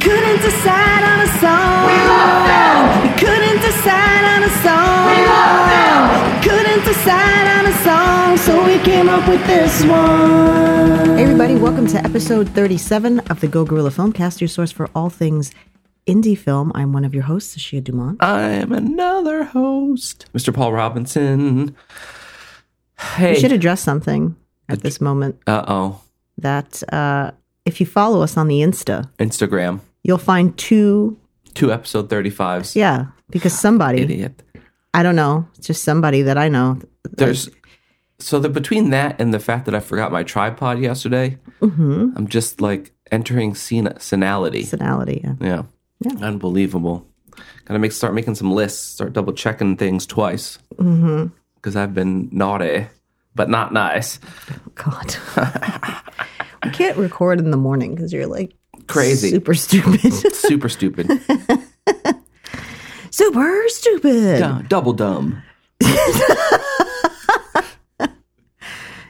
couldn't decide on a song. We love them. You couldn't decide on a song. We love them. You couldn't decide on a song, so we came up with this one. Hey, everybody, welcome to episode 37 of the Go Gorilla Filmcast, your source for all things indie film. I'm one of your hosts, Sashia Dumont. I'm another host, Mr. Paul Robinson. We should Hey, address something at this moment uh oh, that uh, if you follow us on the Insta, Instagram, you'll find two. two episode 35s. Yeah, because somebody, Idiot. I don't know, it's just somebody that I know. There's so the between that and the fact that I forgot my tripod yesterday, I'm just like entering sen- senality. Personality. yeah. Yeah. unbelievable. Gotta make start making some lists, start double checking things twice Mm-hmm. because I've been naughty, but not nice. God. we can't record in the morning because you're like Crazy. super stupid. Super stupid, super stupid. Dumb- double dumb.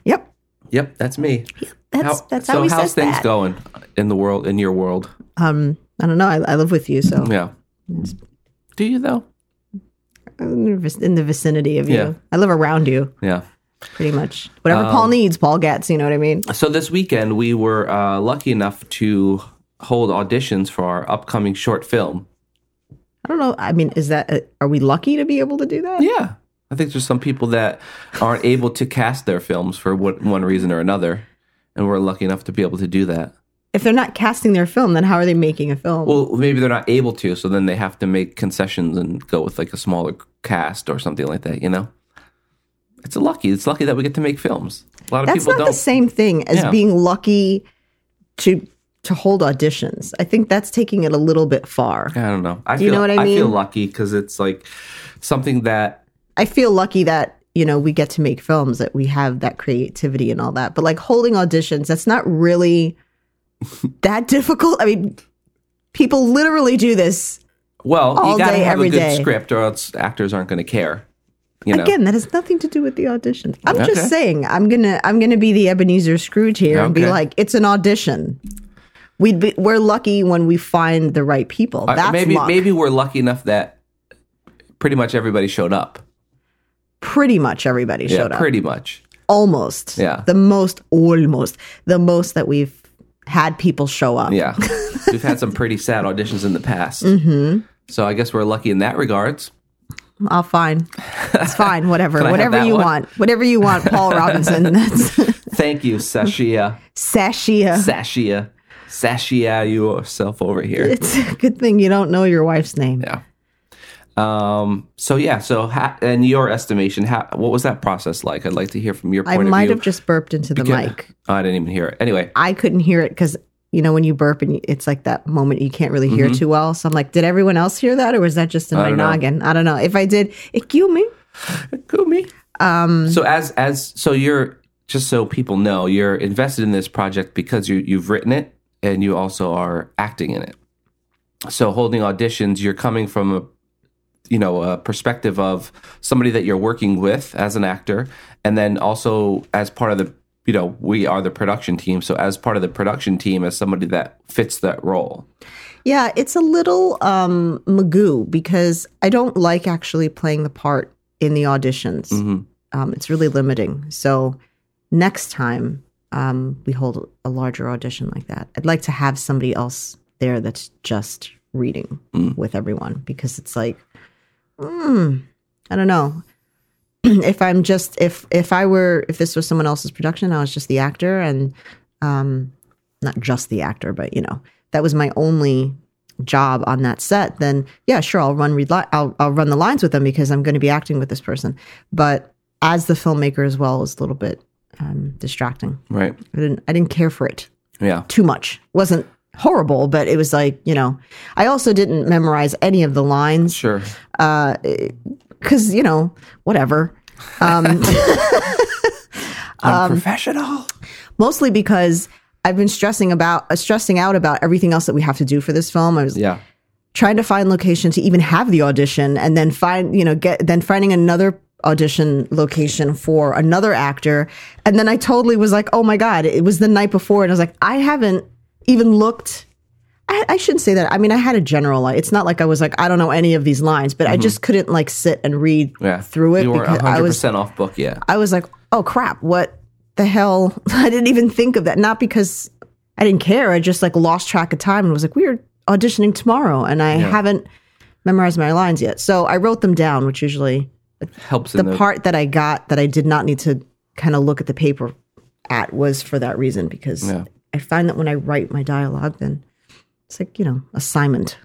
Yep. Yep, that's me. That's that's how so he how's says things that. going in the world in your world? Um, I don't know. I, I live with you, so Yeah. Do you though? I'm in the vic- in the vicinity of you. Yeah. Um, I live around you, Yeah. pretty much. Whatever Paul needs, Paul gets. You know what I mean? So this weekend we were uh, lucky enough to hold auditions for our upcoming short film. I don't know. I mean, is that uh, are we lucky to be able to do that? Yeah. I think there's some people that aren't able to cast their films for what, one reason or another, and we're lucky enough to be able to do that. If they're not casting their film, then how are they making a film? Well, maybe they're not able to, so then they have to make concessions and go with like a smaller cast or something like that. You know, it's lucky. It's lucky that we get to make films. A lot of that's people not don't. the same thing as Yeah. being lucky to to hold auditions. I think that's taking it a little bit far. I don't know. I you feel, know what I feel mean? lucky because it's like something that I feel lucky that you know we get to make films that we have that creativity and all that. But like holding auditions, that's not really that difficult. I mean, people literally do this. well, All you gotta day, have every a good day. script, or else actors aren't going to care. You know, Again, that has nothing to do with the audition. I'm Okay. just saying, I'm gonna I'm gonna be the Ebenezer Scrooge here and be Okay. like, it's an audition. We'd be, we're lucky when we find the right people. Uh, That's maybe luck. maybe we're lucky enough that pretty much everybody showed up. pretty much everybody Yeah, showed up. pretty much. Almost, Yeah. The most, almost the most that we've had people show up. Yeah, we've had some pretty sad auditions in the past. Mm-hmm. So I guess we're lucky in that regards. I'll fine. It's fine. Whatever. I have Whatever that you one? want. Whatever you want, Paul Robinson. That's Thank you, Sashia, Sashia. Sashia, Sashia yourself over here. It's a good thing you don't know your wife's name. Yeah. Um. So yeah. So ha- in your estimation, how, what was that process like? I'd like to hear from your I point might of view. have just burped into the Yeah. mic. Oh, I didn't even hear it. Anyway, I couldn't hear it because you know when you burp and you- it's like that moment you can't really hear too well. So I'm like, did everyone else hear that, or was that just in my Mm-hmm. don't know. noggin? I don't know. If I did, it killed me. Kumi. Um. So as as so you're just so people know you're invested in this project because you you've written it and you also are acting in it. So holding auditions, you're coming from a you know a perspective of somebody that you're working with as an actor, and then also as part of the you know we are the production team. So as part of the production team, as somebody that fits that role. Yeah, it's a little um magoo because I don't like actually playing the part in the auditions. Um, it's really limiting. So next time um, we hold a larger audition like that, I'd like to have somebody else there that's just reading with everyone because it's like, mm, I don't know. if I'm just if if I were if this was someone else's production, I was just the actor and um, not just the actor, but you know, that was my only job on that set, then yeah, sure, I'll run read li- I'll, I'll run the lines with them because I'm going to be acting with this person. But as the filmmaker as well is a little bit um, distracting. Right. I didn't I didn't care for it Yeah. too much. wasn't horrible, but it was like you know, I also didn't memorize any of the lines Sure. because you know whatever. Um, I'm professional. mostly because I've been stressing about uh, stressing out about everything else that we have to do for this film. I was Yeah. trying to find location to even have the audition and then find you know get then finding another audition location for another actor and then i totally was like oh my god it was the night before and i was like i haven't even looked i I, I shouldn't say that. I mean, I had a general. It's not like I was like I don't know any of these lines, but I just couldn't like sit and read Yeah. through it You were because I 100 was percent off book. Yeah. I was like, oh crap, what the hell? I didn't even think of that. Not because I didn't care. I just like lost track of time and was like, we're auditioning tomorrow and I haven't memorized my lines yet. So I wrote them down, which usually Helps the in the part that I got that I did not need to kind of look at the paper at was for that reason because Yeah. I find that when I write my dialogue, then it's like, you know, assignment.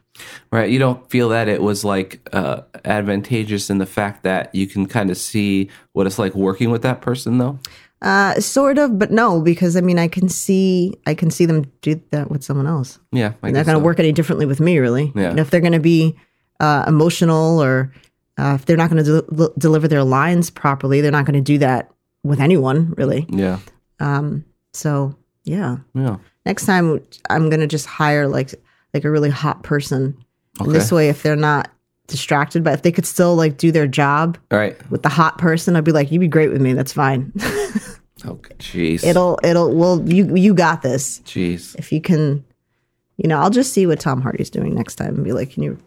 Right. You don't feel that it was like uh, advantageous in the fact that you can kind of see what it's like working with that person, though. Uh, sort of, but no, because I mean, I can see, I can see them do that with someone else. Yeah. I they're not guess going to so. work any differently with me, really. uh, Yeah. And if they're going to be uh, emotional or uh, if they're not going to del- deliver their lines properly, they're not going to do that with anyone, really. Yeah. Um, so yeah, Yeah. next time I'm going to just hire like like a really hot person. And this Okay. way, if they're not distracted, but if they could still like do their job All right. with the hot person, I'd be like, you'd be great with me. That's fine. Oh, jeez. it'll it'll well you you got this Jeez. if you can, you know, I'll just see what Tom Hardy's doing next time and be like, can you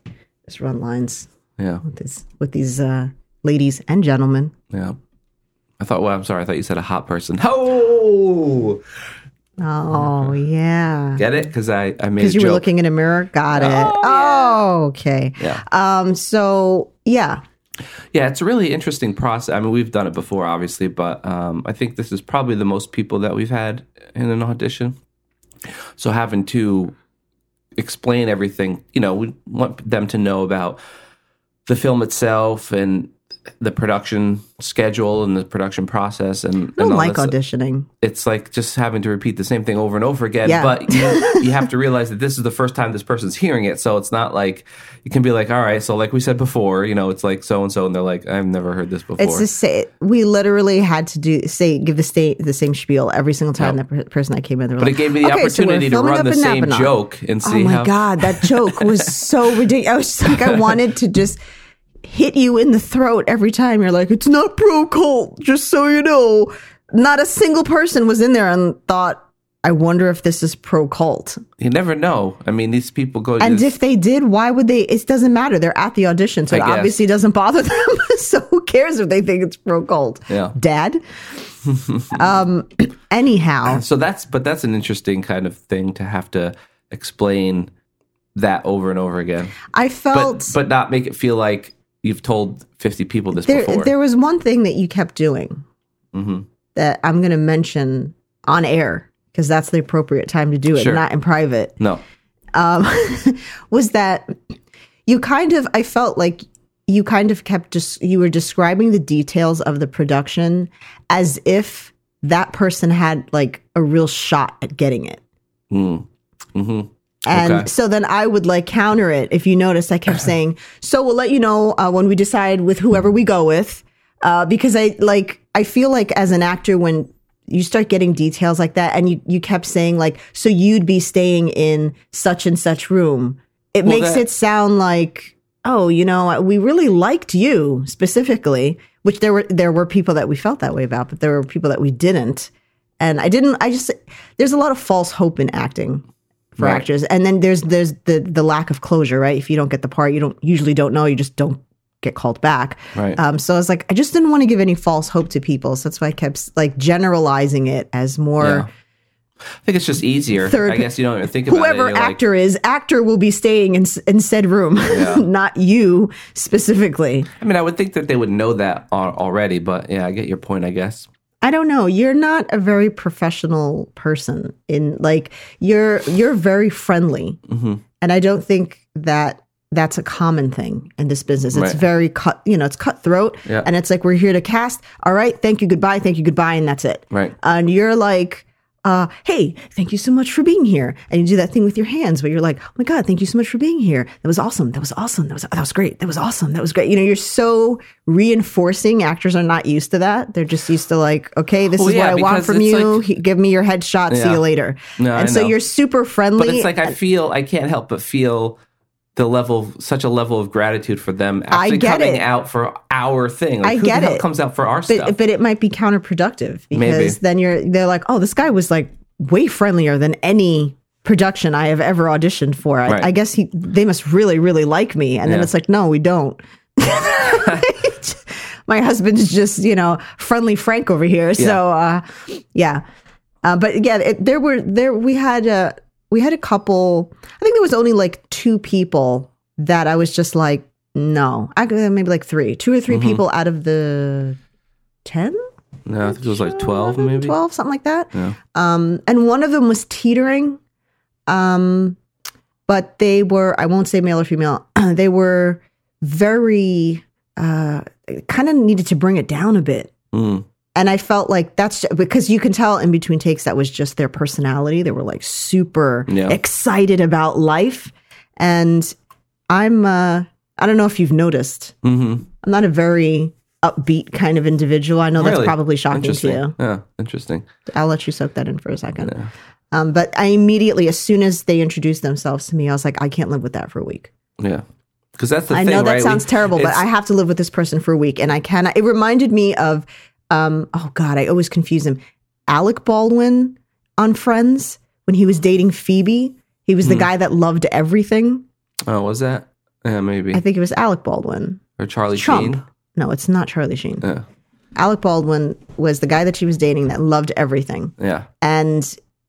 just run lines Yeah. with this with these uh, ladies and gentlemen? Yeah. I thought. Well, I'm sorry. I thought you said a hot person. Oh, Oh yeah, get it? Because I I made a because you joke. were looking in a mirror. Got it. Oh, okay. Yeah. Um. So yeah, Yeah, it's a really interesting process. I mean, we've done it before, obviously, but um, I think this is probably the most people that we've had in an audition. So having to explain everything, you know, we want them to know about the film itself and the production schedule and the production process and, I and don't all like this. auditioning. It's like just having to repeat the same thing over and over again. Yeah. But you, you have to realize that this is the first time this person's hearing it. So it's not like you can be like, all right, so like we said before, you know, it's like so and so, and they're like, I've never heard this before. It's the same. We literally had to do say give the state the same spiel every single time Yep. that per- person that came in. They were but like, it gave me the "Okay, so we're opportunity to filming run up the in same Napanock." joke and Oh see my how. god, that joke was so ridiculous. I was just like, I wanted to just hit you in the throat every time. You're like, it's not pro cult, just so you know. Not a single person was in there and thought, I wonder if this is pro cult. You never know. I mean, these people go. And to if they did, why would they? It doesn't matter. They're at the audition, so I it guess. obviously doesn't bother them. so who cares if they think it's pro cult? Yeah. Dad. um. Anyhow, so that's but that's an interesting kind of thing to have to explain that over and over again, I but felt but not make it feel like you've told fifty people this there before. there was one thing that you kept doing Mhm. that I'm going to mention on air because that's the appropriate time to do it, Sure. not in private. No, Um, was that you kind of? I felt like you kind of kept just you were describing the details of the production as if that person had like a real shot at getting it. Mm. hmm And Okay. so then I would like counter it. If you notice, I kept saying, "So we'll let you know uh, when we decide with whoever we go with," uh, because I like I feel like as an actor when you start getting details like that, and you you kept saying like, "So you'd be staying in such and such room," it Well, makes that- it sound like, "Oh, you know, we really liked you specifically." Which there were there were people that we felt that way about, but there were people that we didn't. And I didn't. I just there's a lot of false hope in acting for Right. actors. And then there's there's the the lack of closure, right? If you don't get the part, you don't usually don't know. You just don't get called back. Right. Um, so I was like, I just didn't want to give any false hope to people. So that's why I kept like generalizing it as Yeah. more I think it's just easier. Third- I guess you don't even think about whoever it. You're like, actor is actor will be staying in s- in said room, not you specifically. I mean, I would think that they would know that al- already, but yeah, I get your point. I guess. I don't know. You're not a very professional person in like you're you're very friendly. Mm-hmm. And I don't think that that's a common thing in this business. It's Right. very cut, you know, it's cutthroat Yeah. and it's like we're here to cast. All right, thank you, goodbye, thank you, goodbye, and that's it. Right. And you're like uh, hey, thank you so much for being here. And you do that thing with your hands where you're like, oh my God, thank you so much for being here. That was awesome. That was awesome. That was, that was great. That was awesome. That was great. You know, you're so reinforcing. Actors are not used to that. They're just used to like, okay, this Well, is yeah, what I want because from it's you. like- He- Give me your headshot. See Yeah. you later. No, and I so know. you're super friendly. But it's like I feel I can't help but feel the level, such a level of gratitude for them actually get coming it. out for our thing. Like, I who get the hell it. Comes out for our but, stuff. but it might be counterproductive because Maybe. then you're, they're like, oh, this guy was like way friendlier than any production I have ever auditioned for. I, Right. I guess he, they must really, really like me. And then Yeah. it's like, no, we don't. My husband's just, you know, friendly Frank over here. So, uh, yeah. Uh, but yeah, it, there were there we had a we had a couple. I think there was only like two people that I was just like, no, I, maybe like three, two or 3 Mm-hmm. people out of the ten. No, I think it was like 12 11, maybe. 12 something like that Yeah. um and one of them was teetering um but they were i won't say male or female they were very uh kind of needed to bring it down a bit Mm. and i felt like that's because you can tell in between takes that was just their personality they were like super Yeah. excited about life and i'm uh i don't know if you've noticed Mhm. i'm not a very upbeat kind of individual i know that's Really? probably shocking to Interesting. you Yeah, interesting. I'll let you soak that in for a second. Um, but I immediately, as soon as they introduced themselves to me, I was like, I can't live with that for a week. Yeah. Because that's the I thing, know that right? We- sounds terrible, but it's- I have to live with this person for a week, and I cannot. It reminded me of, um, oh God, I always confuse him. Alec Baldwin on Friends when he was dating Phoebe. He was the Hmm. guy that loved everything. Oh, was that? Yeah, maybe. I think it was Alec Baldwin. or Charlie Trump. Sheen. No, it's not Charlie Sheen. Yeah. Alec Baldwin was the guy that she was dating that loved everything. Yeah. and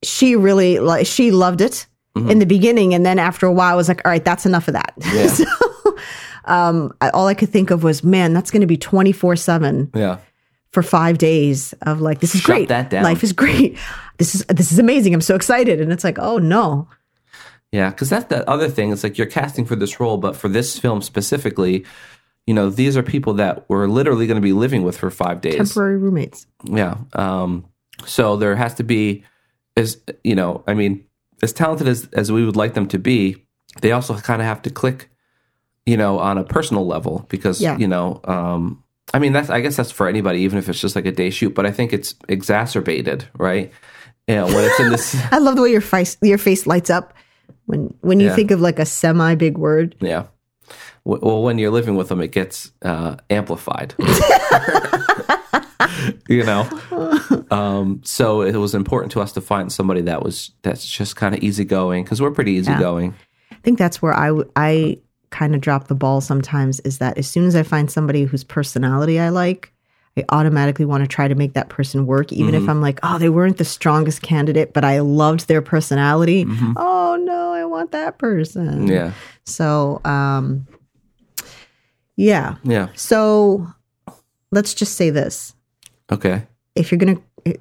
she really like she loved it in the beginning and then after a while I was like all right that's enough of that Mm-hmm. Yeah. so um, I, all i could think of was man that's going to be 24-7 Yeah. for five days of like this is Shut great that down. life is great this is this is amazing i'm so excited and it's like oh no Yeah, because that's the other thing. It's like you're casting for this role, but for this film specifically, you know, these are people that we're literally going to be living with for five days. temporary roommates Yeah. Um, so there has to be, as you know, I mean, as talented as as we would like them to be, they also kind of have to click, you know, on a personal level because Yeah. you know, um, I mean, that's I guess that's for anybody, even if it's just like a day shoot. But I think it's exacerbated, right? Yeah, when it's in this. i love the way your face your face lights up when when you Yeah. think of like a semi big word Yeah. W- Well, when you're living with them, it gets uh, amplified. you know, um, so it was important to us to find somebody that was that's just kind of easygoing because we're pretty easygoing. i think that's where i w- i kind of drop the ball sometimes is that as soon as i find somebody whose personality i like I automatically want to try to make that person work, even if I'm like, oh, they weren't the strongest candidate, but I loved their personality. Oh no, I want that person. Mm-hmm. Yeah, So, um, yeah. yeah, So, let's just say this: okay, if you're gonna, eh,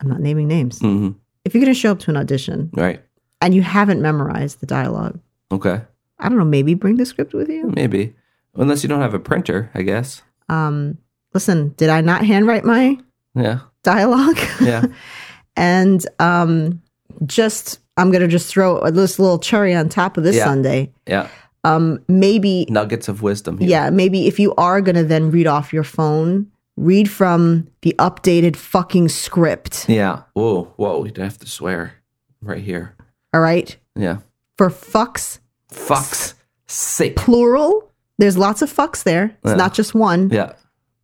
I'm not naming names. hmm If you're gonna show up to an audition right, and you haven't memorized the dialogue, okay, I don't know, maybe bring the script with you. maybe unless you don't have a printer, I guess. Um, listen, did I not handwrite my Yeah, dialogue? yeah, and um, just I'm gonna just throw this little cherry on top of this Yeah. Sunday. yeah. Um, maybe Nuggets of wisdom. Here. yeah, maybe if you are gonna then read off your phone, read from the updated fucking script. yeah. Whoa, whoa! We have to swear right here. All right, Yeah, for fucks fucks sake. plural. There's lots of fucks there. It's Yeah. not just one. Yeah,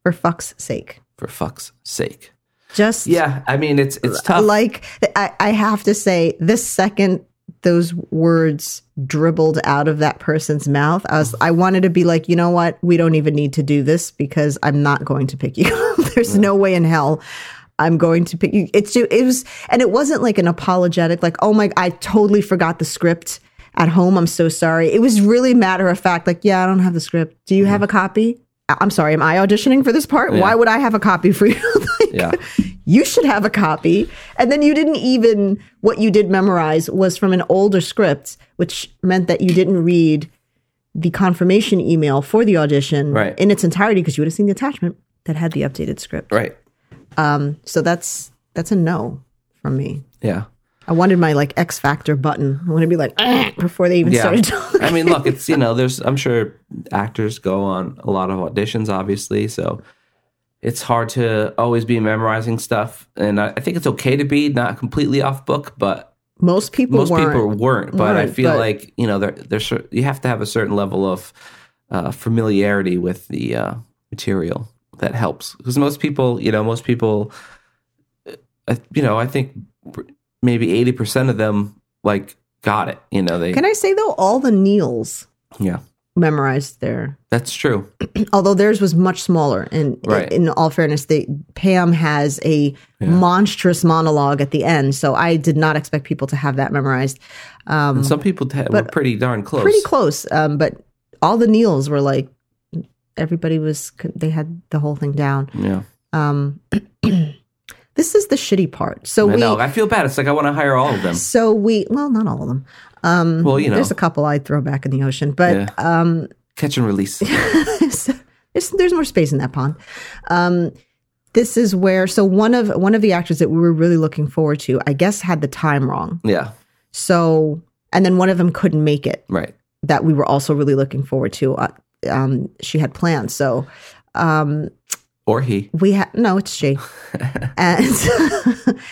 For fucks sake, for fucks sake. just Yeah, I mean it's it's tough. like I, I have to say this second those words dribbled out of that person's mouth i was i wanted to be like you know what we don't even need to do this because i'm not going to pick you there's no way in hell i'm going to pick you it's ju- it was and it wasn't like an apologetic like oh my i totally forgot the script at home i'm so sorry it was really matter of fact like yeah i don't have the script do you have a copy I- i'm sorry am i auditioning for this part why would i have a copy for you Like, yeah, you should have a copy. And then you didn't even, what you did memorize was from an older script, which meant that you didn't read the confirmation email for the audition Right. in its entirety because you would have seen the attachment that had the updated script. right. So that's, that's a no from me. Yeah, I wanted my like X Factor button. I want to be like "Eh," before they even yeah. started talking. I mean, look, it's you know, there's I'm sure actors go on a lot of auditions, obviously, so it's hard to always be memorizing stuff. And I, I think it's okay to be not completely off book, but Most people most weren't. people weren't. But I Weren't, feel but- like you know, there there's cer- you have to have a certain level of uh, familiarity with the uh, material that helps because most people, you know, most people, uh, I- you know, I think maybe eighty percent of them like got it. You know, they Can I say though, all the Neils yeah, memorized their, that's true. although theirs was much smaller. And Right. in all fairness, they, Pam has a monstrous monologue at the end, so I did not expect people to have that memorized. Um, Some people t- were pretty darn close. pretty close, um, but all the Neils were like everybody was. They had the whole thing down. Yeah. Um, this is the shitty part. So I we, know. I feel bad. It's like I want to hire all of them. so we, well, not all of them. Um, Well, you know. Mm-hmm. there's a couple I'd throw back in the ocean, but Yeah. um, Catch and release. there's, there's there's more space in that pond. Um, this is where so one of one of the actors that we were really looking forward to, I guess, had the time wrong. yeah. So and then one of them couldn't make it Right. that we were also really looking forward to. Uh, um, she had plans, so um, Or he. we had no. It's she, and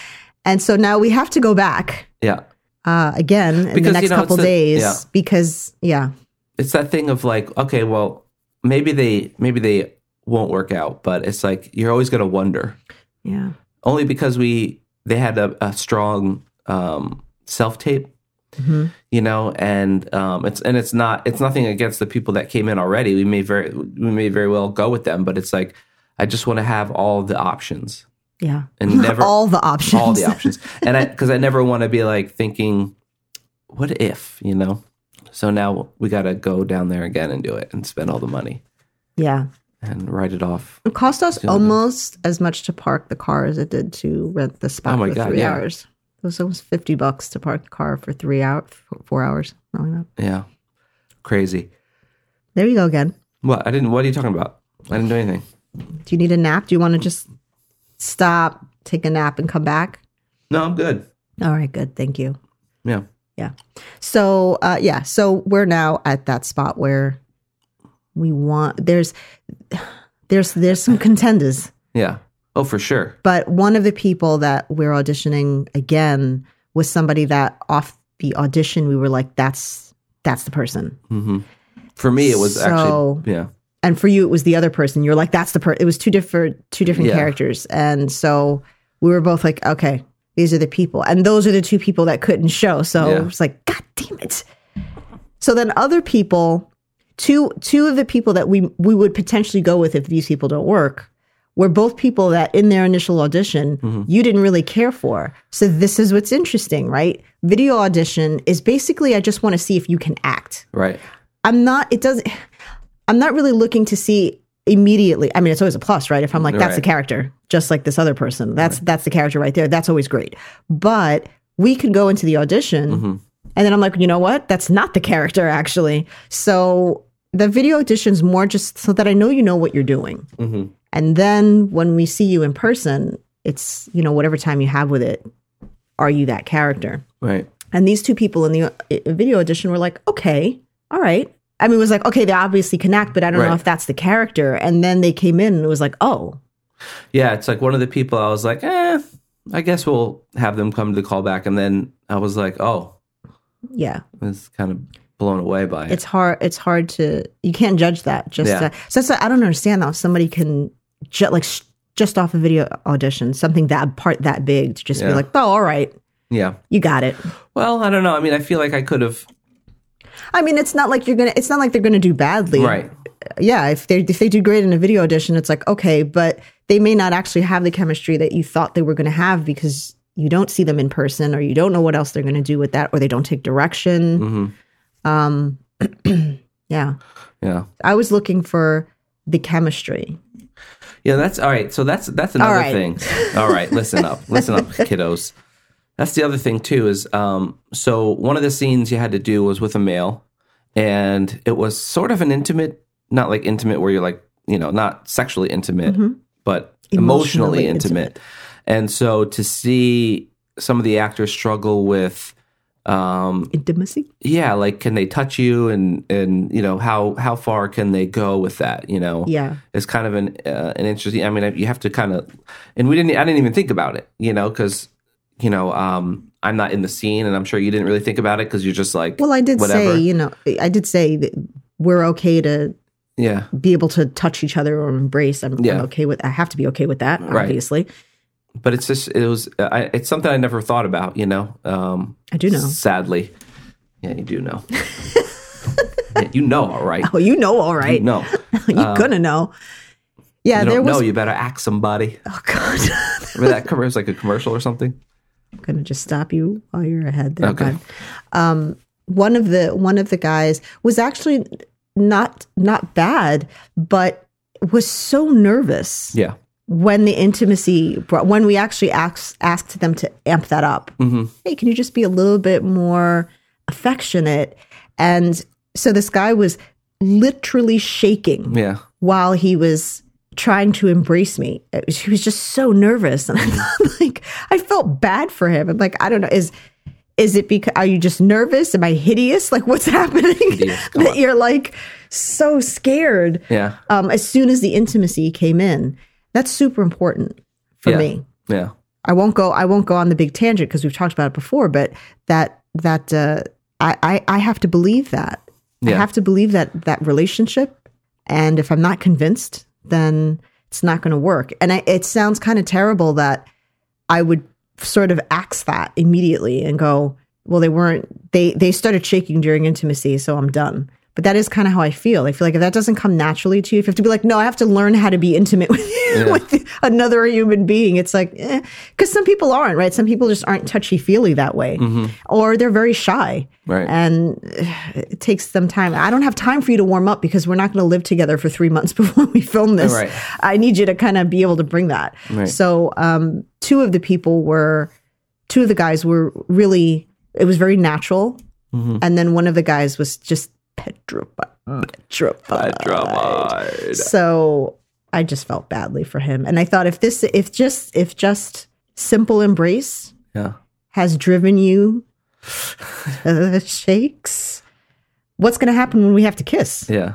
and so now we have to go back Yeah. uh, again in Because, you the next know, it's couple the- days yeah. because yeah, It's that thing of like, okay, well, maybe they maybe they won't work out, but it's like you're always gonna wonder. yeah, Only because we they had a, a strong um self tape. Mhm. You know, and um, it's and it's not it's nothing against the people that came in already. We may very we may very well go with them, but it's like I just want to have all the options. yeah. And never- all the options. all the options and i because i never want to be like thinking what if you know so now we got to go down there again and do it and spend all the money yeah. and write it off It cost us other- almost as much to park the car as it did to rent the spot Oh my for God, three yeah. hours. It was almost fifty bucks to park the car for three hours, four hours. something like that. yeah crazy There you go again. what i didn't what are you talking about i didn't do anything Do you need a nap? Do you want to just stop, take a nap, and come back? no i'm good All right, good. Thank you. yeah Yeah. So, uh, yeah. So we're now at that spot where we want. There's, there's, there's some contenders. yeah oh for sure but one of the people that we're auditioning again was somebody that off the audition we were like that's that's the person hmm for me it was So- actually yeah and for you it was the other person you're like that's the person it was two different two different Yeah. characters and so we were both like okay these are the people and those are the two people that couldn't show so Yeah. it's like god damn it so then other people two two of the people that we we would potentially go with if these people don't work were both people that in their initial audition Mm-hmm. you didn't really care for so this is what's interesting right video audition is basically i just want to see if you can act right I'm not. It doesn't. I'm not really looking to see immediately. I mean, it's always a plus, right? If I'm like, that's the Right. character, just like this other person. That's that's the character right there. That's always great. But we can go into the audition, and then I'm like, you know what? That's not the character actually. So the video audition's more just so that I know you know what you're doing, Mhm. and then when we see you in person, it's you know whatever time you have with it. Are you that character? right And these two people in the uh, video edition were like, okay, all right. I mean, it was like, okay, they obviously connect, but I don't know Right. if that's the character. And then they came in and it was like, oh, yeah it's like one of the people i was like eh i guess we'll have them come to the callback and then i was like oh yeah, i was kind of blown away by it it's hard. It's hard to, you can't judge that. Just Yeah. uh, so that's, I don't understand how somebody can ju- like sh- just off a video audition, something that part that big to just be Yeah. like, oh, all right, yeah you got it. Well, I don't know. I mean, I feel like I could have. I mean, it's not like you're going to, it's not like they're going to do badly. Right. yeah, if they if they do great in a video audition, it's like okay, but they may not actually have the chemistry that you thought they were going to have because you don't see them in person, or you don't know what else they're going to do with that, or they don't take direction. hmm Um, yeah, Yeah. I was looking for the chemistry. Yeah. That's all right. So that's that's another right. thing. All right. Listen up. Listen up, kiddos. That's the other thing too. Is um. So one of the scenes you had to do was with a male, and it was sort of an intimate, not like intimate where you're like you know not sexually intimate, but Mm-hmm. Emotionally emotionally, intimate. And so to see some of the actors struggle with um Intimacy. yeah like can they touch you and and you know how how far can they go with that you know Yeah. it's kind of an uh, an interesting i mean you have to kind of and we didn't i didn't even think about it you know because you know um i'm not in the scene and i'm sure you didn't really think about it because you're just like Well, I did whatever say you know I did say that we're okay to yeah be able to touch each other or embrace. I'm, I'm Yeah. okay with. I have to be okay with that, Right. obviously. but it's just it was uh, I, it's something I never thought about. You know, um, I do know. Sadly, yeah, you do know. Yeah, you know, all right. Oh, you know, all right. You know, You're gonna know. Yeah, Uh, you there don't was. know. You better act somebody. Oh God, Remember that commercial? It was like a commercial or something. I'm gonna just stop you while you're ahead there. Okay. bud. Um, one of the one of the guys was actually not not bad, but was so nervous Yeah. when the intimacy brought, when we actually asked asked them to amp that up. Mhm. Hey, can you just be a little bit more affectionate? And so this guy was literally shaking Yeah. while he was trying to embrace me. It was- He was just so nervous, and I Mm-hmm. thought, like I felt bad for him. I'm like, I don't know, is is it because are you just nervous? Am I hideous? Like what's happening Hideous, come that on. you're like so scared? Yeah. Um, as soon as the intimacy came in, that's super important for Yeah. me. Yeah. I won't go. I won't go on the big tangent because we've talked about it before. But that that uh, I, I I have to believe that. Yeah. I have to believe that that relationship. And if I'm not convinced, then it's not going to work. And I, it sounds kind of terrible that I would sort of axe that immediately and go, well, they weren't. They they started shaking during intimacy, so I'm done. But that is kind of how I feel. I feel like if that doesn't come naturally to you, if you have to be like, no, I have to learn how to be intimate with, with another human being. It's like, because some people aren't, right? Some people just aren't touchy feely that way, or they're very shy, Right. And uh, it takes them time. I don't have time for you to warm up because we're not going to live together for three months before we film this. Right. I need you to kind of be able to bring that. Right. So, um, two of the people were, two of the guys were really. It was very natural Mm-hmm. and then one of the guys was just petrified. Mm. petrified. Petrified. So I just felt badly for him, and I thought if this, if just, if just simple embrace Yeah. has driven you uh, shakes, what's going to happen when we have to kiss? Yeah.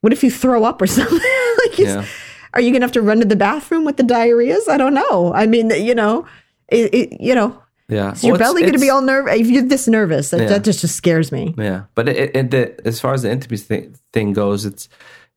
What if you throw up or something? like, it's- Yeah. are you going to have to run to the bathroom with the diarrheas? I don't know. I mean, you know, it, it, you know, Yeah. is your Well, it's- belly going to be it's- all nervous? If you're this nervous, that, Yeah. that just just scares me. Yeah, but it, it, the, as far as the intimacy thing, thing goes, it's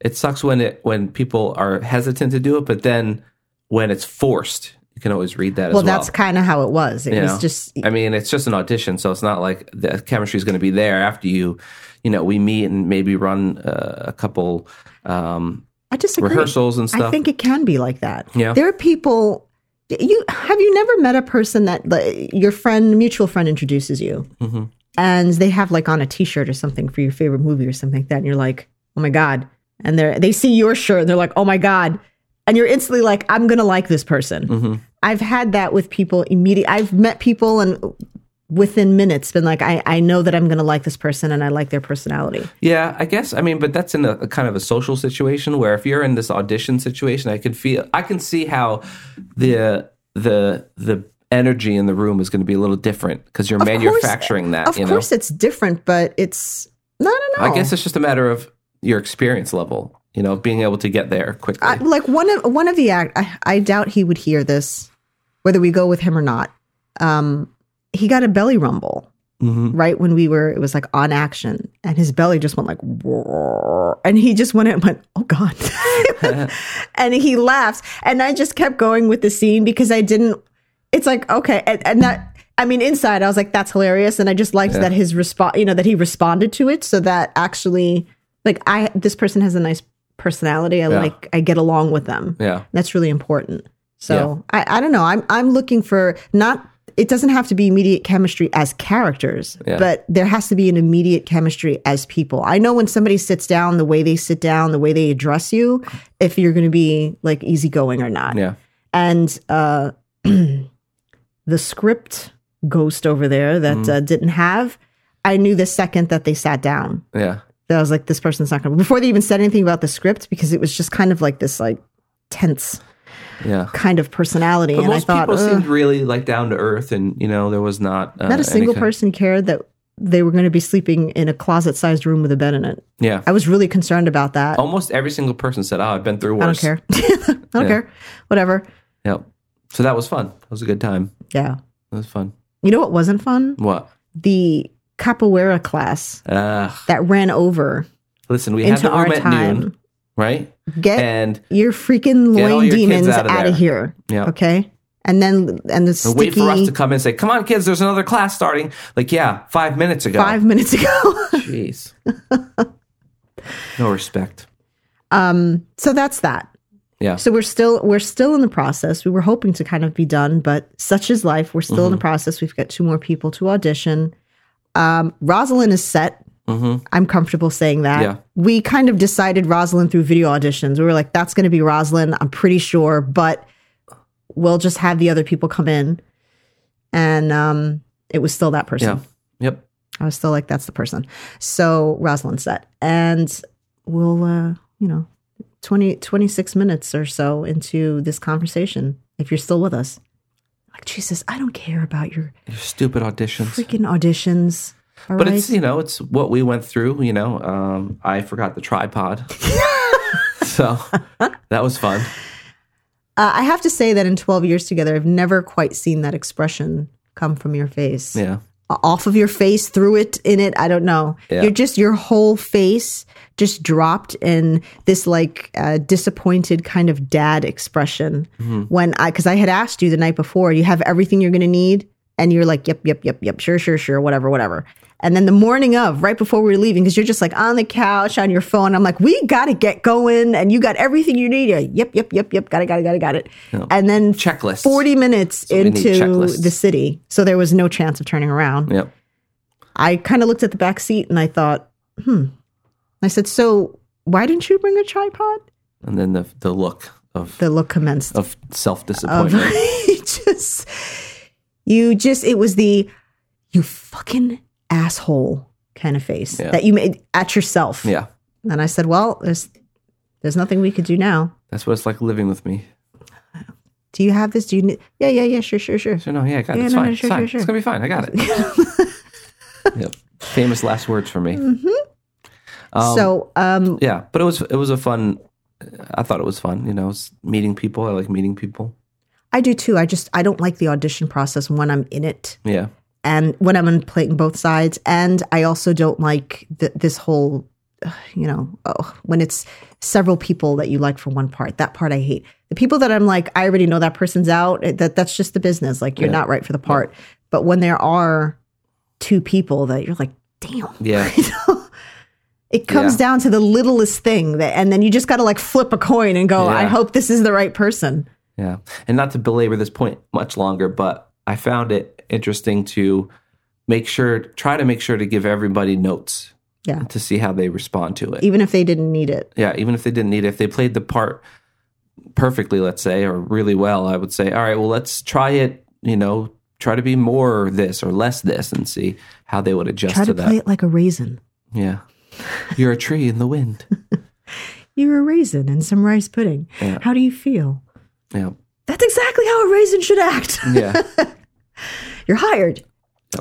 it sucks when it when people are hesitant to do it, but then when it's forced, you can always read that. well, as well. that's kind of how it was. It You know? was just I mean, it's just an audition, so it's not like the chemistry is going to be there after you. You know, we meet and maybe run uh, a couple um, I disagree. rehearsals and stuff. I think it can be like that. Yeah. There are people you have you never met a person that like, your friend mutual friend introduces you Mm-hmm. and they have like on a t-shirt or something for your favorite movie or something like that and you're like, "Oh my god." And they are they see your shirt and they're like, "Oh my god." And you're instantly like, "I'm going to like this person." Mm-hmm. I've had that with people immediately. I've met people and within minutes been like, "I I know that I'm going to like this person and I like their personality." Yeah, I guess. I mean, but that's in a, a kind of a social situation where if you're in this audition situation, I can feel, I can see how the the the energy in the room is going to be a little different because you're course- manufacturing that. Of Uh, you course it's different, but it's no, no, know, no. I guess it's just a matter of your experience level. You know, being able to get there quickly. I, like one of one of the act. I, I doubt he would hear this, whether we go with him or not. Um, he got a belly rumble Mhm. right when we were. It was like on action, and his belly just went like, "Roar," and he just went and went, "Oh God," and he laughs, and I just kept going with the scene because I didn't. It's like okay, and, and that. I mean, inside, I was like, "That's hilarious," and I just liked that his response. You know, that he responded to it, so that actually, like, I this person has a nice personality. I Yeah. like. I get along with them. Yeah, That's really important. So I, I don't know. I'm I'm looking for not it doesn't have to be immediate chemistry as characters, Yeah. but there has to be an immediate chemistry as people. I know when somebody sits down, the way they sit down, the way they address you, if you're gonna be like easygoing or not. yeah, And uh the script ghost over there that Mm. uh, didn't have, I knew the second that they sat down yeah, that I was like, this person's not gonna before they even said anything about the script because it was just kind of like this like tense yeah. kind of personality. But and I most thought people "Ugh." seemed really like down to earth, and you know, there was not uh, not any a single kind- person cared that they were gonna be sleeping in a closet sized room with a bed in it. Yeah, I was really concerned about that. almost every single person said, "Oh, I've been through worse." I don't care. I don't Yeah. care. Whatever. Yep. So that was fun. That was a good time. Yeah. That was fun. You know what wasn't fun? What? The capoeira class Ugh. that ran over Listen, we had into the our room at time. Eh, noon, right? Get And your freaking Get all loin your kids demons out out of of, there. here. Yeah. Okay. and then and the sticky, wait for us to come in and say, "Come on, kids, there's another class starting." Like, yeah, five minutes ago. five minutes ago. Jeez. no respect. um, so that's that. Yeah. So we're still we're still in the process. We were hoping to kind of be done, but such is life. We're still in Mm-hmm. the process. We've got two more people to audition. Um, Rosalind is set. Mm-hmm. I'm comfortable saying that. Yeah. We kind of decided Rosalind through video auditions. We were like, that's going to be Rosalind. I'm pretty sure, but we'll just have the other people come in. And um, it was still that person. Yeah. Yep. I was still like, that's the person. So Rosalind said, and we'll, uh, you know, 20, 26 minutes or so into this conversation, if you're still with us, like, Jesus, I don't care about your Your stupid auditions. freaking auditions. All But right? it's you know it's what we went through. You know, um, I forgot the tripod, so that was fun. uh, I have to say that in 12 years together, I've never quite seen that expression come from your face. Yeah, off of your face, through it, in it. I don't know. Yeah. You're just your whole face just dropped in this like uh, disappointed kind of dad expression. Mm-hmm. When I, because I had asked you the night before, you have everything you're going to need, and you're like, yep, yep, yep, yep, sure, sure, sure, whatever, whatever. And then the morning of, right before we were leaving, because you're just like on the couch on your phone. I'm like, we got to get going, and you got everything you need. You're like, yep, yep, yep, yep, got it, got it, got it, got it. And then checklist. 40 minutes we need into checklists. the city. So there was no chance of turning around. Yep. I kind of looked at the back seat and I thought, hmm. I said, so why didn't you bring a tripod? And then the the look of The look commenced. of self Of disappointment. just, you just, it was the, you fucking asshole kind of face Yeah. that you made at yourself. yeah, And I said, well, there's, there's nothing we could do now. that's what it's like living with me. Do you have this? Do you need? Yeah, yeah, yeah, sure, sure, sure. So no, yeah, I got it. Yeah, It's no, no, fine. sure, it's, sure, fine. sure. it's gonna be fine. I got it. yep. Famous last words for me. Um, Mm-hmm. so, um, yeah, but it was it was a fun. I thought it was fun. You know, it's meeting people. I like meeting people. I do too. I just, I don't like the audition process when I'm in it. Yeah. and when I'm in playing both sides, and I also don't like th- this whole, ugh, you know, oh, when it's several people that you like for one part. That part I hate. The people that I'm like, I already know that person's out. it- That that's just the business. Like you're Yeah. not right for the part. But when there are two people that you're like, damn, Yeah. it comes Yeah. down to the littlest thing. That and then you just got to like flip a coin and go, I Yeah. hope this is the right person. Yeah. And not to belabor this point much longer, but I found it interesting to make sure, try to make sure to give everybody notes Yeah. to see how they respond to it. Even if they didn't need it. yeah. Even if they didn't need it, if they played the part perfectly, let's say, or really well, I would say, all right, well, let's try it, you know, try to be more this or less this and see how they would adjust Try to to that. play it like a raisin. yeah. You're a tree in the wind. You're a raisin and some rice pudding. Yeah. How do you feel? Yeah. That's exactly how a raisin should act. Yeah. You're hired.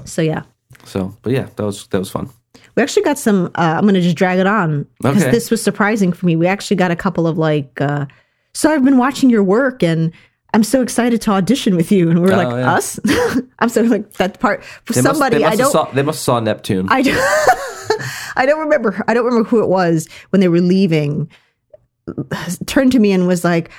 So yeah, So, but yeah, that was, that was fun. we actually got some. Uh, I'm going to just drag it on because Okay. this was surprising for me. We actually got a couple of like, uh, so I've been watching your work and I'm so excited to audition with you. And we are Oh, like, yeah. us? I'm so like that part. For They must- somebody they must, I don't. have saw, they must have saw Neptune. I don't, I don't remember. I don't remember who it was when they were leaving. Turned to me and was like,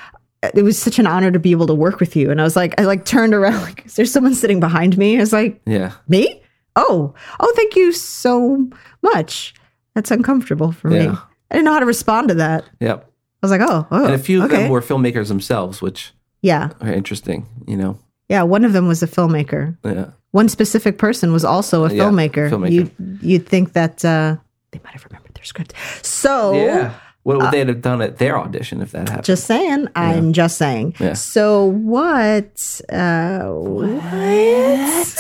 "It was such an honor to be able to work with you." And I was like, I like turned around, like, "Is there someone sitting behind me?" I was like, yeah. "Me? Oh, oh, thank you so much. That's uncomfortable for me. Yeah. I didn't know how to respond to that. I Yep. was like, oh, oh, and a few of okay, them were filmmakers themselves, which yeah, are interesting. You know, yeah." One of them was a filmmaker. yeah, One specific person was also a Yeah, filmmaker. filmmaker. You you'd think that uh, they might have remembered their script. So What uh, would they have done at their audition if that happened? Just saying. I'm just saying. Yeah. So what? Uh, what?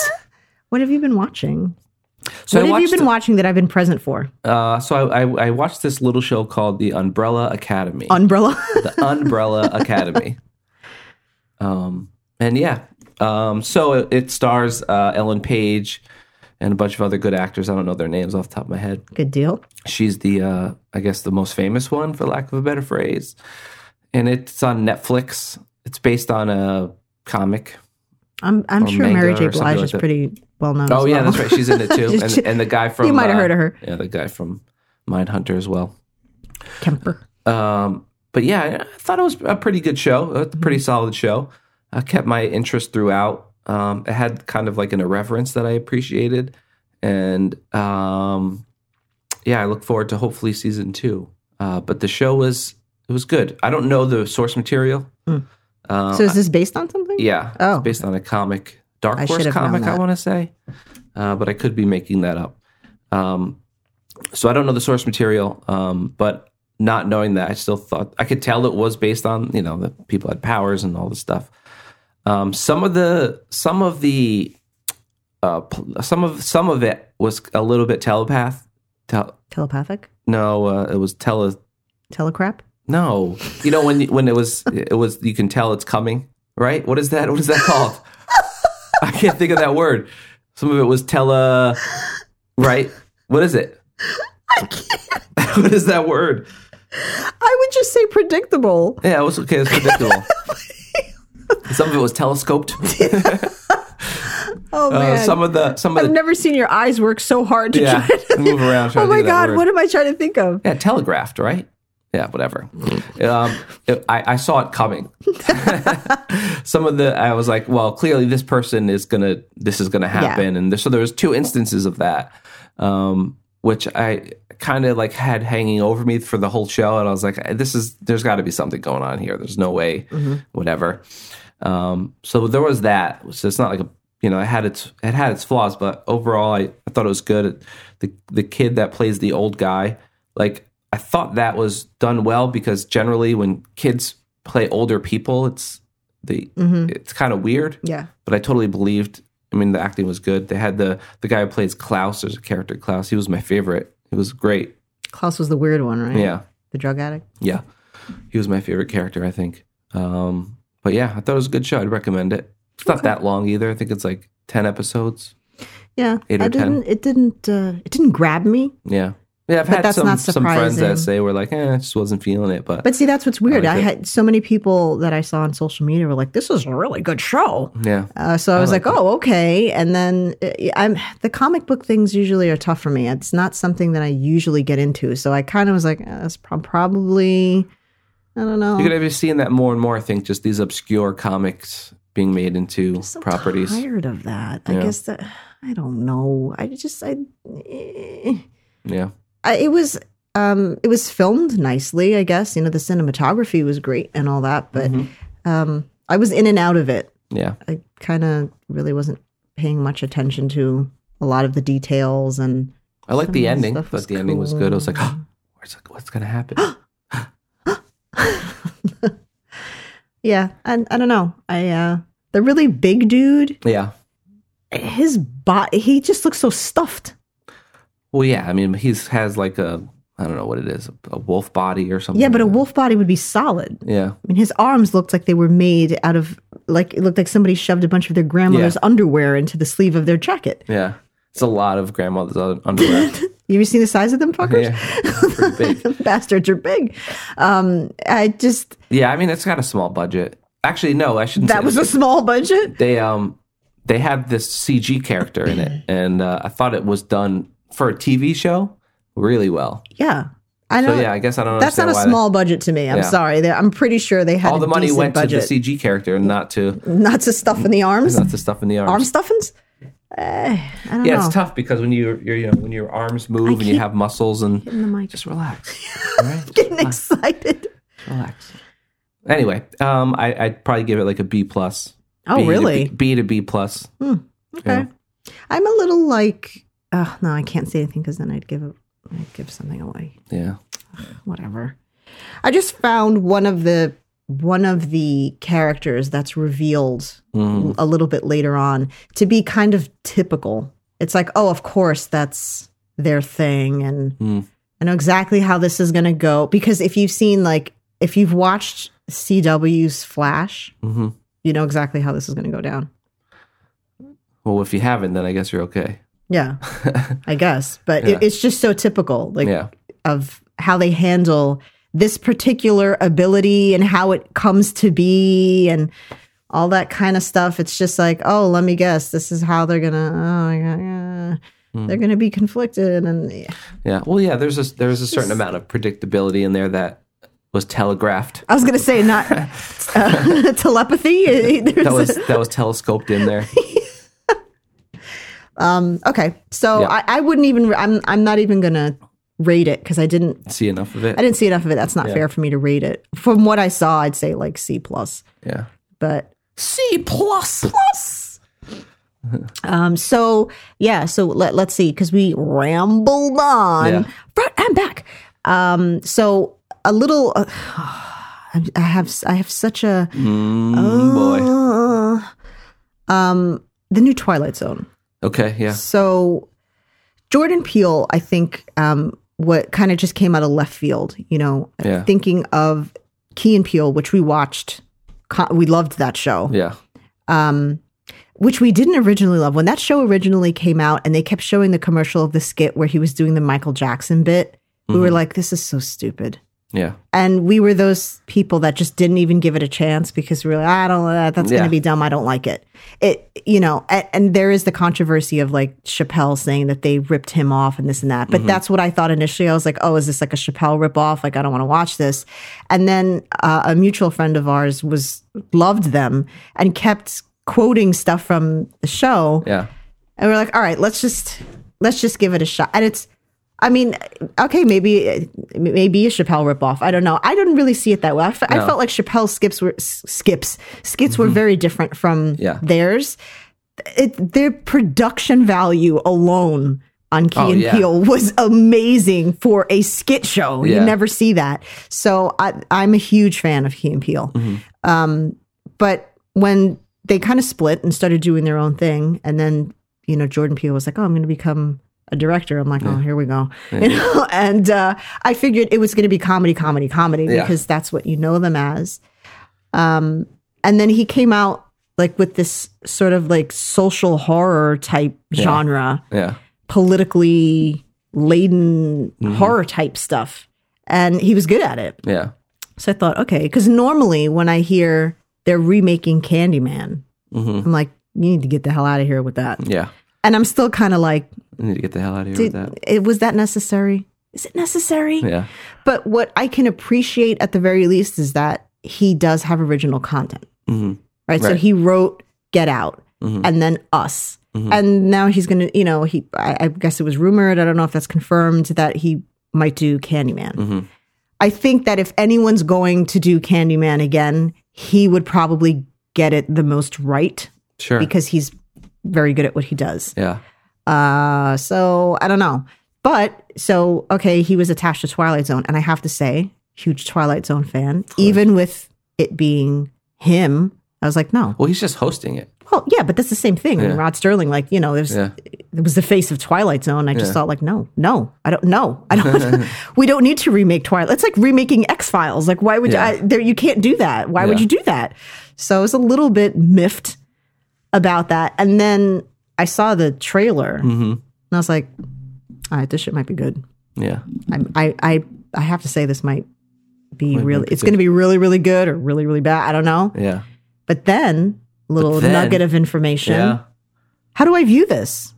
What have you been watching? what so I have you watched. been watching that I've been present for? uh, so I, I, I watched this little show called The Umbrella Academy. Umbrella. the Umbrella Academy. Um, and yeah, um, so it, it stars uh, Ellen Page and a bunch of other good actors. I don't know their names off the top of my head. Good deal. she's the uh i guess the most famous one for lack of a better phrase and it's on netflix it's based on a comic I'm I'm Or sure Mary manga J. or something Blige like is that. pretty well known. oh as yeah well. that's right she's in it too Just- and, and the guy from you might have uh, heard of her, yeah the guy from mindhunter as well Kemper. um but yeah i I thought it was a pretty good show a pretty solid show uh, kept my interest throughout. Um, it had kind of like an irreverence that I appreciated, and um, yeah, I look forward to hopefully season two. Uh, but the show was it was good. I don't know the source material. Um, Mm. Uh, so is this based on something? Oh, Yeah. Oh. It's based on a comic, Dark I should Horse have known comic, I that. want to say. Uh, but I could be making that up. Um, so I don't know the source material, um, but not knowing that, I still thought I could tell it was based on, you know, the people had powers and all this stuff. Um, some of the, some of the, uh, pl- some of, some of it was a little bit telepath. Tel- Telepathic? no, uh, it was tele, Telecrap? no, you know when when it was it was you can tell it's coming, right? What is that? What is that called? I can't think of that word. Some of it was tele, right? What is it? what is that word? I would just say predictable. Yeah, it was okay. It's predictable. some of it was telescoped. Oh Uh, man. some of the some of I've the never seen your eyes work so hard to yeah try to move around. trying Oh to think my of that god, word. what am I trying to think of? Yeah, telegraphed, right? Yeah, whatever. um, it- I, I saw it coming. Some of the I was like, well, clearly this person is gonna, this is gonna happen, and there, so there was two instances of that, um, which I kind of like had hanging over me for the whole show, and I was like, this is there's got to be something going on here. There's no way, whatever. Um, so there was that. So it's not like a you know, it had its it had its flaws, but overall, I, I thought it was good. The the kid that plays the old guy, like I thought that was done well because generally when kids play older people, it's the it's kind of weird. Mm-hmm. Yeah. But I totally believed. I mean, the acting was good. They had the the guy who plays Klaus. There's a character Klaus. He was my favorite. He was great. Klaus was the weird one, right? Yeah. The drug addict. Yeah. He was my favorite character, I think. Um, but yeah, I thought it was a good show. I'd recommend it. It's not that long either. I think it's like 10 episodes. Yeah. Eight or I 10. didn't it didn't uh, it didn't grab me. Yeah. Yeah, I've But had that's some, not some friends surprising. that say we're like, eh, I just wasn't feeling it. But, But see that's what's weird. like I, it. had so many people that I saw on social media were like, This is a really good show. yeah. Uh, so I was like like, oh, okay. And then uh, I'm the comic book things usually are tough for me. It's not something that I usually get into. So I kind of was like, uh, it's prob- probably, I don't know. You're going to be seeing that more and more, I think, just these obscure comics being made into so properties. Tired of that. Yeah. I guess that I don't know. I just I, eh. Yeah. I it was um it was filmed nicely. I guess you know the cinematography was great and all that, but um I was in and out of it. Mm-hmm. Yeah. I kind of really wasn't paying much attention to a lot of the details and I like Some of the the ending. stuff Thought was the ending was good. I was like, cool. where's, what's going to happen? yeah, and I don't know. I uh the really big dude, yeah. his body, he just looks so stuffed. Well, yeah. I mean, he's has like a, I don't know what it is, a wolf body or something. Yeah, but a like wolf body would be solid. that. Yeah. I mean, his arms looked like they were made out of like it looked like somebody shoved a bunch of their grandmother's Yeah. underwear into the sleeve of their jacket. Yeah. It's a lot of grandmother's un- underwear. You ever seen the size of them fuckers? yeah. Pretty big. Bastards are big. Um, I just Yeah, I mean it's got a small budget. Actually, no, I shouldn't that say was a small budget. they um they had this CG character in it and uh, I thought it was done for a TV show really well. Yeah, I know. So yeah, I guess I don't that's understand not a why small budget to me. I'm Yeah. sorry. They- I'm pretty sure they had all the a money decent went budget. to the CG character and not to not to stuff in the arms, not to stuff in the arms. arm stuffings. Eh, I don't yeah, know. it's tough because when you you're, you know when your arms move and you keep have muscles and In the mic, just relax. All right, just getting excited. relax. Anyway, um, I, I'd probably give it like a B plus. Oh, B to really? B, B to B plus. Okay, I'm a little like. Oh no, I can't say anything because then I'd give a, I'd give something away. Yeah. Whatever. I just found one of the one of the characters that's revealed Mhm. a little bit later on to be kind of typical. It's like, oh, of course, that's their thing. And Mm. I know exactly how this is going to go. Because if you've seen, like, if you've watched CW's Flash, hmm you know exactly how this is going to go down. Well, if you haven't, then I guess you're okay. Yeah, I guess. But Yeah. it, it's just so typical, like, yeah. of how they handle this particular ability and how it comes to be and all that kind of stuff. It's just like, oh, let me guess, this is how they're gonna. Oh, yeah, yeah. They're going to be conflicted, and yeah. Yeah. Well, yeah. There's a there's a certain amount of predictability in there that was telegraphed. I was going to say not uh, telepathy. There's That was a- that was telescoped in there. um, okay, so Yeah. I, I wouldn't even. I'm I'm not even going to rate it because I didn't See enough of it. I didn't see enough of it. That's not fair for me to rate it. From what I saw, I'd say like C plus. Yeah. but C plus plus. um. So yeah. So let let's see, because we rambled on Yeah. front and back. Um. So a little. Uh, I I have I have such a Mm, boy. Uh, um. The new Twilight Zone. Okay. Yeah. So Jordan Peele, I think, um, what kind of just came out of left field, you know, Yeah. thinking of Key and Peele, which we watched, co- we loved that show Yeah. um, which we didn't originally love. When that show originally came out and they kept showing the commercial of the skit where he was doing the Michael Jackson bit, we were like, this is so stupid. Yeah. And we were those people that just didn't even give it a chance because we were like, I don't that that's Yeah. gonna be dumb. I don't like it. It you know, and, and there is the controversy of like Chappelle saying that they ripped him off and this and that. But that's what I thought initially. I was like, oh, is this like a Chappelle ripoff? Like I don't want to watch this. And then uh, a mutual friend of ours was loved them and kept quoting stuff from the show. Yeah. And we're like, all right, let's just let's just give it a shot. And it's, I mean, okay, maybe maybe a Chappelle ripoff. I don't know. I didn't really see it that way. I, fe- I felt like Chappelle's skips were s- skips skits were very different from Mm-hmm. Yeah. theirs. It, their production value alone on Key Oh, and yeah. Peele was amazing for a skit show. Yeah. You never see that. So I, I'm a huge fan of Key and Peele Mm-hmm. Um, but when they kind of split and started doing their own thing, and then you know Jordan Peele was like, "Oh, I'm going to become a director." I'm like, "Oh, here we go," you know. And uh, I figured it was going to be comedy, comedy, comedy Yeah. because that's what you know them as. Um, and then he came out like with this sort of like social horror type genre Yeah. politically laden Mm-hmm. horror type stuff. And he was good at it. Yeah. So I thought, okay, because normally when I hear they're remaking Candyman, hmm I'm like, you need to get the hell out of here with that. Yeah. And I'm still kind of like, I need to get the hell out of here did, with that. it, was that necessary? Is it necessary? Yeah. But what I can appreciate at the very least is that he does have original content, hmm right? So Right. he wrote Get Out Mhm. and then Us. Mhm. And now he's going to, you know, he, I, I guess it was rumored, I don't know if that's confirmed, that he might do Candyman. hmm I think that if anyone's going to do Candyman again, he would probably get it the most right Sure. because he's very good at what he does. yeah. Uh, so I don't know. But so, okay, he was attached to Twilight Zone. And I have to say, huge Twilight Zone fan. Even with it being him, I was like, no. Well, he's just hosting it. Well, yeah, but that's the same thing. I mean, Yeah. Rod Sterling, like, you know, there's Yeah. it was the face of Twilight Zone. I just Yeah. thought like, no, no, I don't, no, I don't. we don't need to remake Twilight. It's like remaking X Files. Like, why would Yeah. I, there? You can't do that. Why would Yeah. you do that? So I was a little bit miffed about that. And then I saw the trailer, Mm. and I was like, all right, this shit might be good. Mm-hmm. Yeah. I, I, I, I have to say this might be really. It's going to be really, really good or really, really bad. I don't know. Yeah. But then, little then- nugget of information. Yeah. How do I view this?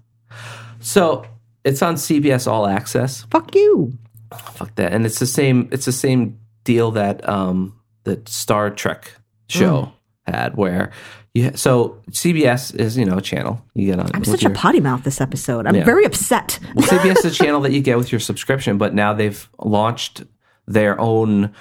So it's on CBS All Access. Fuck you. Fuck that. And it's the same. It's the same deal that um the Star Trek show Hmm. had, where you so CBS is you know a channel you get on. I'm with such your- a potty mouth this episode. I'm Yeah. very upset. Well, CBS is a channel that you get with your subscription, but now they've launched their own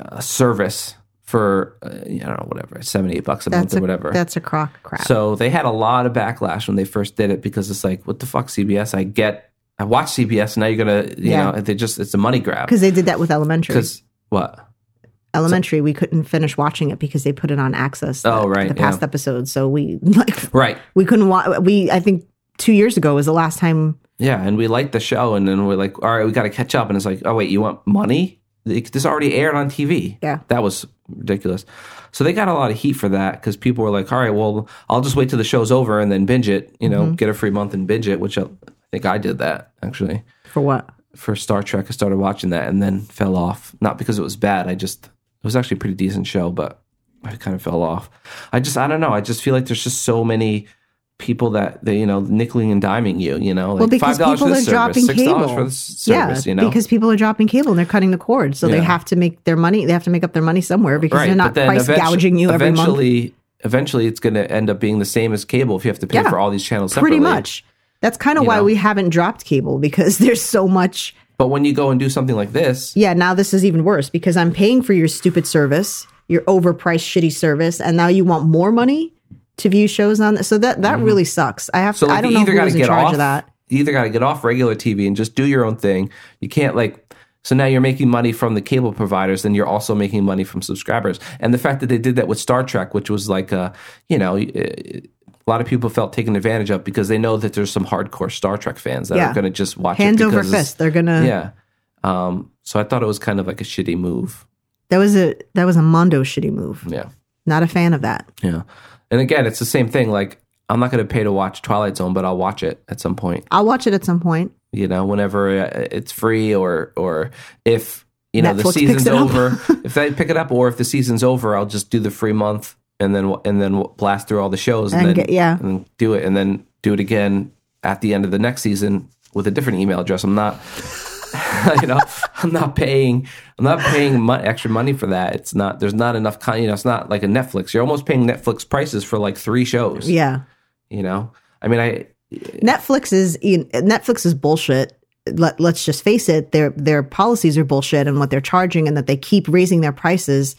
uh, service for uh, I don't know whatever seven eight bucks a month That's or a, whatever. That's a crock crap. So they had a lot of backlash when they first did it because it's like, what the fuck, CBS? I get, I watch CBS. Now you're gonna, you Yeah. know, they just it's a money grab. Because they did that with elementary. Because what? Elementary, we couldn't finish watching it because they put it on access. The, Oh, right, The past yeah. episode, so we like Right. we couldn't watch. We I think two years ago was the last time. Yeah, and we liked the show, and then we're like, all right, we got to catch up. And it's like, oh wait, you want money? Like, This already aired on TV. Yeah. that was ridiculous. So they got a lot of heat for that because people were like, all right, well, I'll just wait till the show's over and then binge it. You Mm-hmm. know, get a free month and binge it, which I I think I did that actually. For what? for Star Trek. I started watching that and then fell off. Not because it was bad. I just it was actually a pretty decent show, but I kind of fell off. I just I don't know. I just feel like there's just so many people that they you know nickeling and diming you. You know, like well, because $5 people for are this service, dropping six dollars cable. for this service. yeah, you know, because people are dropping cable and they're cutting the cord, so Yeah. they have to make their money. They have to make up their money somewhere because they're not but then price eventu- gouging you every month. eventually, Eventually, it's going to end up being the same as cable if you have to pay Yeah, for all these channels separately. Pretty much. That's kind of why know. we haven't dropped cable because there's so much. But when you go and do something like this, Yeah, now this is even worse because I'm paying for your stupid service, your overpriced shitty service, and now you want more money to view shows on. So that that really sucks. I have Mm-hmm. so to. like I don't you know either got to who's in get charge off of that. You either got to get off regular TV and just do your own thing. You can't like so now you're making money from the cable providers, then you're also making money from subscribers. And the fact that they did that with Star Trek, which was like a you know. eh, A lot of people felt taken advantage of because they know that there's some hardcore Star Trek fans that Yeah. are going to just watch Hand it over Uh. because it's- fist. They're gonna. Yeah. Um, so I thought it was kind of like a shitty move. That was a that was a Mondo shitty move. Yeah. Not a fan of that. Yeah. And again, it's the same thing. Like, I'm not going to pay to watch Twilight Zone, but I'll watch it at some point, I'll watch it at some point. you know, whenever uh, it's free or, or if, you know, the Netflix picks season's it up. over, if they pick it up or if the season's over, I'll just do the free month and then, and then blast through all the shows and, And then get- yeah. and do it and then do it again at the end of the next season with a different email address. I'm not, you know, I'm not paying, I'm not paying mon- extra money for that. It's not, there's not enough, con- you know, it's not like a Netflix. You're almost paying Netflix prices for like three shows, Yeah. you know? I mean, I, Netflix is you- Netflix is bullshit. Let, let's just face it. Their their policies are bullshit, and what they're charging, and that they keep raising their prices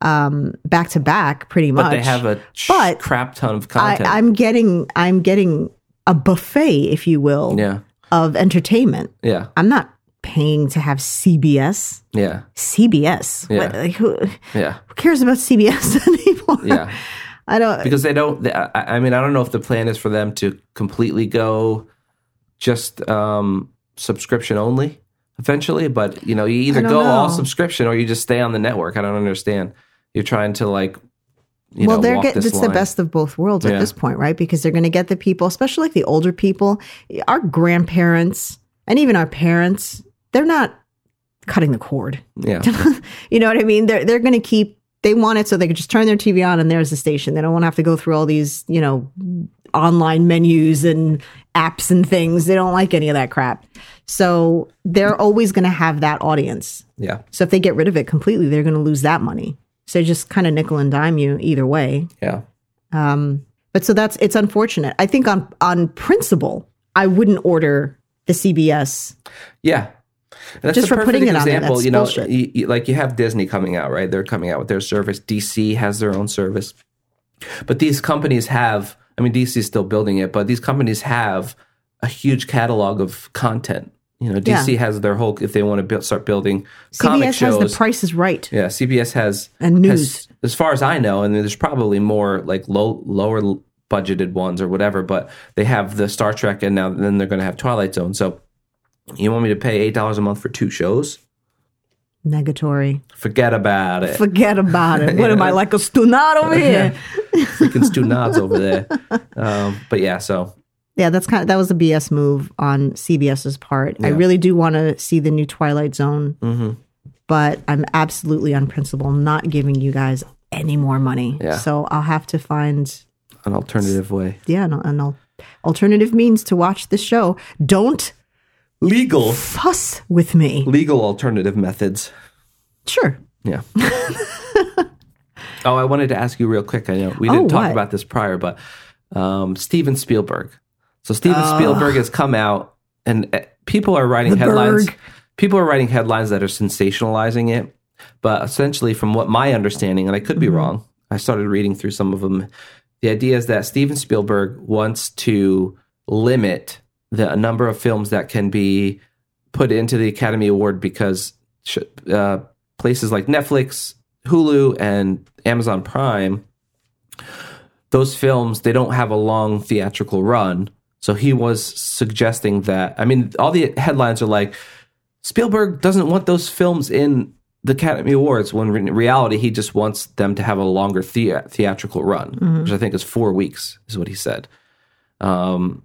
um, back to back, pretty much. but they have a sh- But crap ton of I, content. I'm getting I'm getting a buffet, if you will, yeah. of entertainment. Yeah. I'm not paying to have CBS. Yeah. CBS. What- Yeah. like, who, Yeah. who cares about CBS anymore? Yeah. I don't. because they don't they, I, I mean i don't know if the plan is for them to completely go just um subscription only eventually but you know you either I don't go all know. subscription or you just stay on the network i don't understand you're trying to like you well, know they're walk get, this it's the line. best of both worlds Yeah. at this point, right? Because they're going to get the people, especially like the older people, our grandparents, and even our parents. They're not cutting the cord. yeah You know what I mean? They're they're going to keep. They want it so they can just turn their TV on and there's the station. They don't want to have to go through all these, you know, online menus and apps and things. They don't like any of that crap. So they're always going to have that audience. yeah So if they get rid of it completely, they're going to lose that money. So just kind of nickel and dime you either way. yeah Um, but so that's it's unfortunate. I think on on principle, I wouldn't order the CBS. yeah And that's Just the for perfect putting it on there, example that's you know bullshit. you- you- like you have disney coming out right they're coming out with their service dc has their own service but these companies have i mean dc is still building it but these companies have a huge catalog of content you know dc has their whole if they want to build, start building comic CBS shows has the Price is Right yeah cbs has and has, news. as far as i know and there's probably more like low lower l- budgeted ones or whatever but they have the star trek and now then they're going to have twilight zone so you want me to pay eight dollars a month for two shows Negatory. forget about it Forget about it. What am I like a stunat over here? freaking stu nods over there um, but yeah so Yeah, that's kind of that was a BS move on CBS's part. I Yeah. Mm-hmm. really do want to see the new Twilight Zone, but I'm absolutely on principle not giving you guys any more money. Yeah. So I'll have to find an alternative way yeah an, an al- alternative means to watch this show. Don't legal fuss with me. legal alternative methods Sure. Yeah. oh, I wanted to ask you real quick. I know we didn't Oh, talk what? about this prior, but um, Steven Spielberg. So Steven Oh. Spielberg has come out, and uh, people are writing headlines. Berg. People are writing headlines that are sensationalizing it. But essentially, from what my understanding, and I could be wrong, I started reading through some of them. The idea is that Steven Spielberg wants to limit the number of films that can be put into the Academy Award because sh- uh, places like Netflix, Hulu, and Amazon Prime, those films they don't have a long theatrical run. So he was suggesting that. I mean, all the headlines are like Spielberg doesn't want those films in the Academy Awards. When in reality, he just wants them to have a longer thea- theatrical run, Mm-hmm. which I think is four weeks, is what he said. Um,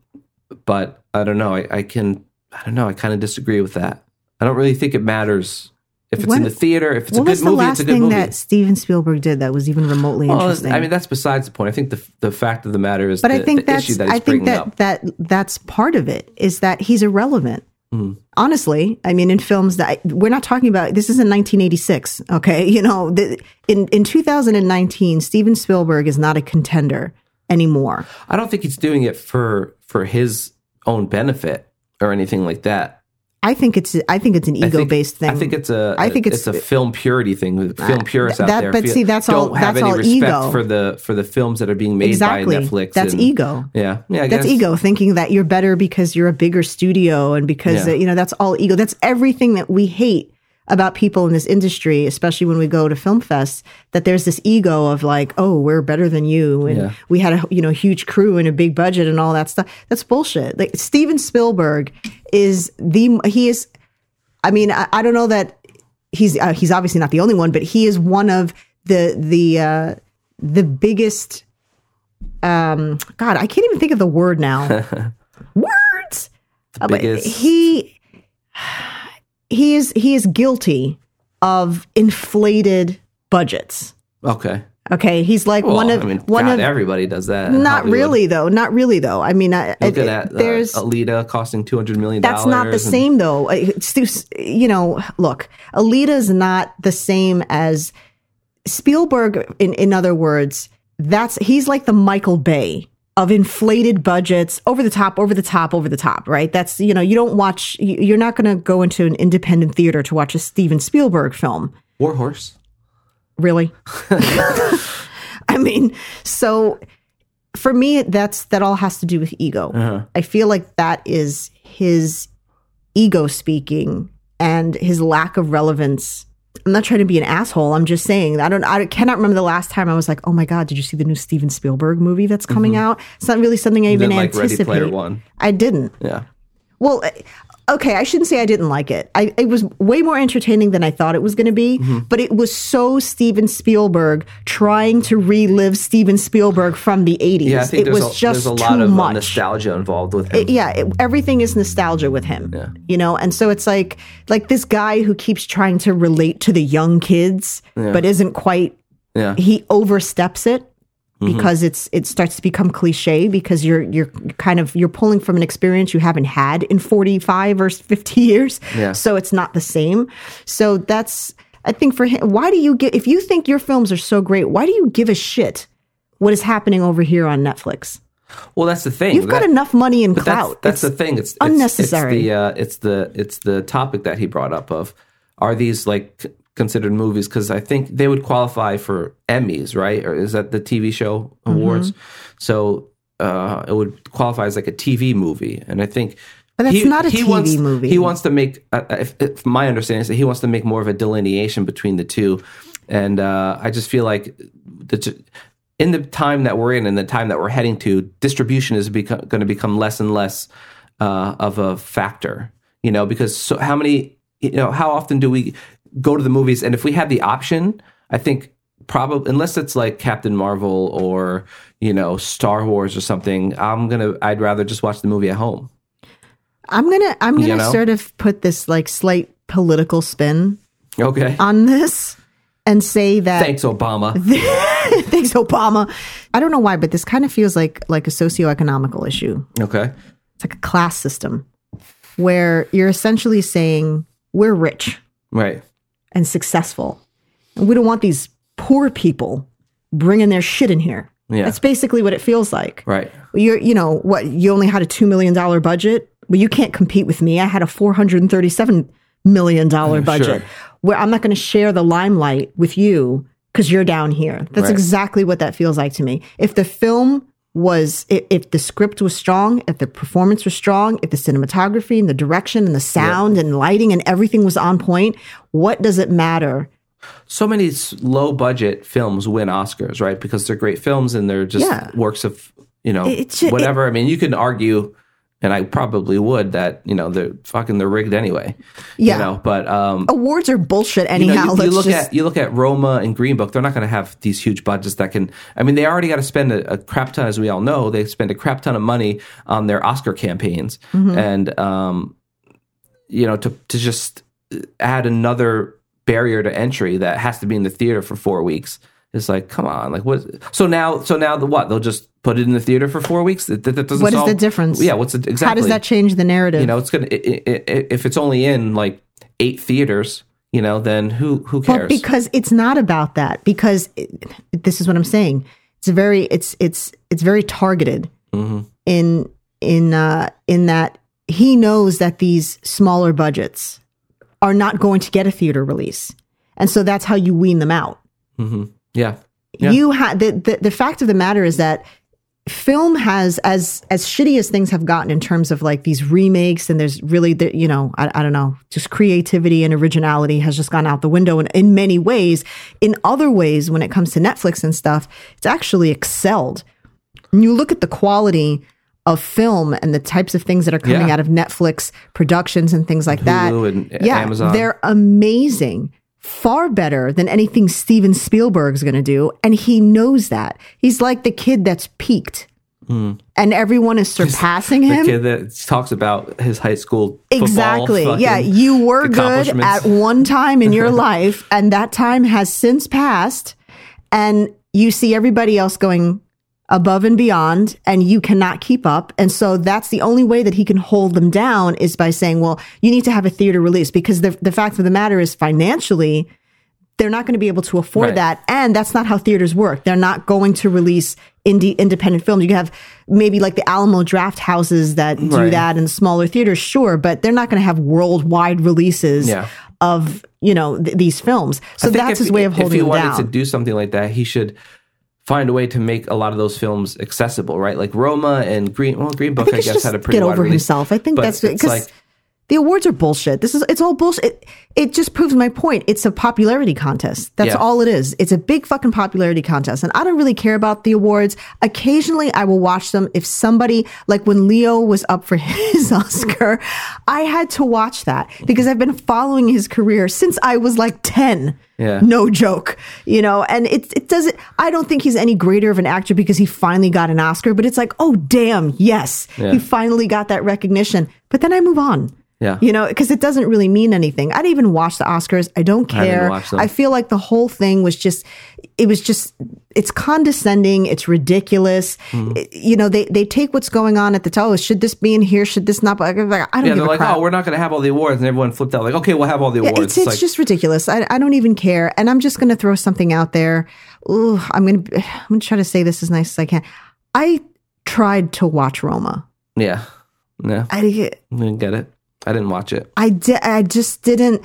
but I don't know. I, I can. I don't know. I kind of disagree with that. I don't really think it matters If it's When- in the theater, if it's a what good was the movie, last it's a good thing movie. that Steven Spielberg did that was even remotely well, interesting? I mean, that's besides the point. I think the the fact of the matter is, but the, I think the that's issue that he's I think bringing that up. that that's part of it is that he's irrelevant. Hmm. Honestly, I mean, in films that we're not talking about, this isn't 1986. Okay, you know, the, in in 2019, Steven Spielberg is not a contender anymore. I don't think he's doing it for for his own benefit or anything like that. I think it's I think it's an I think- ego based thing. I think it's a. I think it's, it's- a film purity thing. The Film purists out that- there, but feel- see, that's all- Don't have that's any all respect ego. for the for the films that are being made exactly by Netflix. that's and- ego. Yeah, yeah, I That's guess. ego thinking that you're better because you're a bigger studio and because Yeah. uh, you know that's all ego. That's everything that we hate about people in this industry, especially when we go to film fests. That there's this ego of like, oh, we're better than you, and Yeah. we had a you know huge crew and a big budget and all that stuff. That's bullshit. Like Steven Spielberg is the he is. I mean, I, I don't know that he's uh, he's obviously not the only one, but he is one of the the uh, the biggest. Um, God, I can't even think of the word now. Words. Uh, but biggest- He he is he is guilty of inflated budgets. Okay. Okay, he's like Well, one of I mean, one God, of. everybody does that. in Not Hollywood. really though. Not really though. I mean, I, Look I- at that. there's There's uh, Alita costing two hundred million. that's not the and- same though. Uh, it's just- you know, look, Alita's not the same as Spielberg. In in other words, that's he's like the Michael Bay of inflated budgets, over the top, over the top, over the top. Right? That's you know, you don't watch. you- You're not going to go into an independent theater to watch a Steven Spielberg film. War Horse. Really? I mean, so for me, that's that all has to do with ego. Uh-huh. I feel like that is his ego speaking and his lack of relevance. I'm not trying to be an asshole. I'm just saying I don't. I cannot remember the last time I was like, "Oh my god, did you see the new Steven Spielberg movie that's coming out?" It's not really something I even didn't Mm-hmm. like Ready anticipate. Player One. I didn't. Yeah. Well, uh, okay, I shouldn't say I didn't like it. I, it was way more entertaining than I thought it was going to be, Mm-hmm. but it was so Steven Spielberg trying to relive Steven Spielberg from the 80s. Yeah, I think it there's, was a, just there's a lot too of uh, much. nostalgia involved with him. It- yeah, it, everything is nostalgia with him. Yeah. You know, and so it's like like this guy who keeps trying to relate to the young kids but isn't quite yeah. he oversteps it Mm-hmm. because it's it starts to become cliche because you're you're kind of you're pulling from an experience you haven't had in 45 or 50 years Yeah. so it's not the same so that's i think for him why do you get if you think your films are so great why do you give a shit what is happening over here on netflix Well, that's the thing. you've got That- enough money and But that's, clout that's It's- the thing. It's, it's unnecessary. It's the, uh, it's the it's the topic that he brought up of are these like c- considered movies? Because I think they would qualify for Emmys, right? Or is that the TV show Mm-hmm. awards? So uh, it would qualify as like a TV movie, and I think. But that's not a TV wants, movie. He wants to make, uh, if, if my understanding is that he wants to make more of a delineation between the two, and uh, I just feel like the t- in the time that we're in and the time that we're heading to, distribution is become, going to become less and less uh, of a factor. You know, because so how many, you know, how often do we go to the movies? And if we had the option, I think probably unless it's like Captain Marvel or you know Star Wars or something, I'm gonna I'd rather just watch the movie at home. i'm gonna i'm You gonna know? sort of put this like slight political spin Okay. on this and say that Thanks, Obama. Thanks, Obama. I don't know why, but this kind of feels like like a socioeconomical issue. okay. It's like a class system where you're essentially saying we're rich Right. and successful, and we don't want these poor people bringing their shit in here. Yeah. That's basically what it feels like. Right. You're, you know, what you only had a two million dollar budget. Well, you can't compete with me. I had a four hundred and thirty-seven million dollar budget. Where I'm not going to share the limelight with you because you're down here. That's Right. exactly what that feels like to me. If the film was, i- if the script was strong, if the performance was strong, if the cinematography and the direction and the sound and lighting and everything was on point, what does it matter? so many low budget films win Oscars, right? Because they're great films and they're just Yeah. works of you know It- it's ju- whatever. I mean, you can argue, and I probably would that you know they're fucking they're rigged anyway. Yeah. you know, but um, Awards are bullshit you, know, anyhow. you- you Let's look just- at you look at Roma and Green Book. They're not going to have these huge budgets that can. I mean, they already got to spend a, a crap ton, as we all know. They spend a crap ton of money on their Oscar campaigns, Mm-hmm. and um, you know, to to just add another barrier to entry that has to be in the theater for four weeks. It's like, come on, like what? So now, so now the what? They'll just put it in the theater for four weeks. That, that, that doesn't. What is solve- the difference? Yeah, what's the, exactly? How does that change the narrative? You know, it's gonna i- i- i- if it's only in like eight theaters. You know, then who who cares? But because it's not about that. Because it, this is what I'm saying. It's very it's it's it's very targeted Mm-hmm, in in uh, in that he knows that these smaller budgets are not going to get a theater release, and so that's how you wean them out. mm-hmm. yeah, You ha- the, the the fact of the matter is that film has as as shitty as things have gotten in terms of like these remakes and there's really the, you know I, I don't know just creativity and originality has just gone out the window in, in many ways in other ways when it comes to netflix and stuff it's actually excelled when you look at the quality of film and the types of things that are coming Yeah. Mm-hmm. out of netflix productions and things like Hulu that and Amazon. they're amazing, far better than anything Steven Spielberg's going to do. And he knows that. He's like the kid that's peaked and everyone is surpassing Hmm. the him. kid that talks about his high school football Exactly. yeah, fucking you were good accomplishments. at one time in your life, and that time has since passed, and you see everybody else going above and beyond, and you cannot keep up. And so that's the only way that he can hold them down is by saying, "Well, you need to have a theater release," because the the fact of the matter is, financially, they're not going to be able to afford Right. that. And that's not how theaters work. They're not going to release indie independent films. You have maybe like the Alamo draft houses that do Right. that in smaller theaters, sure, but they're not going to have worldwide releases Yeah. of, you know, th- these films. So I think that's if- his way of holding If he them wanted down. to do something like that, he should find a way to make a lot of those films accessible, right? Like Roma and Green. Well, Green Book, think I, he should guess, had a just pretty get wide over release, himself. I think but that's- it's 'cause- like the awards are bullshit. This is it's all bullshit. It, it just proves my point. It's a popularity contest. That's Yeah. all it is. It's a big fucking popularity contest. And I don't really care about the awards. Occasionally I will watch them if somebody like when Leo was up for his Oscar, I had to watch that because I've been following his career since I was like 10. Yeah. No joke. You know, and it it doesn't I don't think he's any greater of an actor because he finally got an Oscar, but it's like, "Oh damn, yes. Yeah. He finally got that recognition." But then I move on. Yeah. You know, because it doesn't really mean anything. I didn't even watch the Oscars. I don't didn't care. watch them. feel like the whole thing was just, it was just, it's condescending. It's ridiculous. Mm-hmm. It- you know, they, they take what's going on at the tell. Should this be in here? Should this not? be? I don't yeah, give they're a like, crap. oh, we're not going to have all the awards, and everyone flipped out. Like, okay, we'll have all the Yeah, awards. it's, it's like, just ridiculous. I, I don't even care. And I'm just going to throw something out there. Ooh, I'm going to, I'm going to try to say this as nice as I can. I tried to watch Roma. yeah, yeah, I, I didn't get it. I didn't watch it. I did. I just didn't.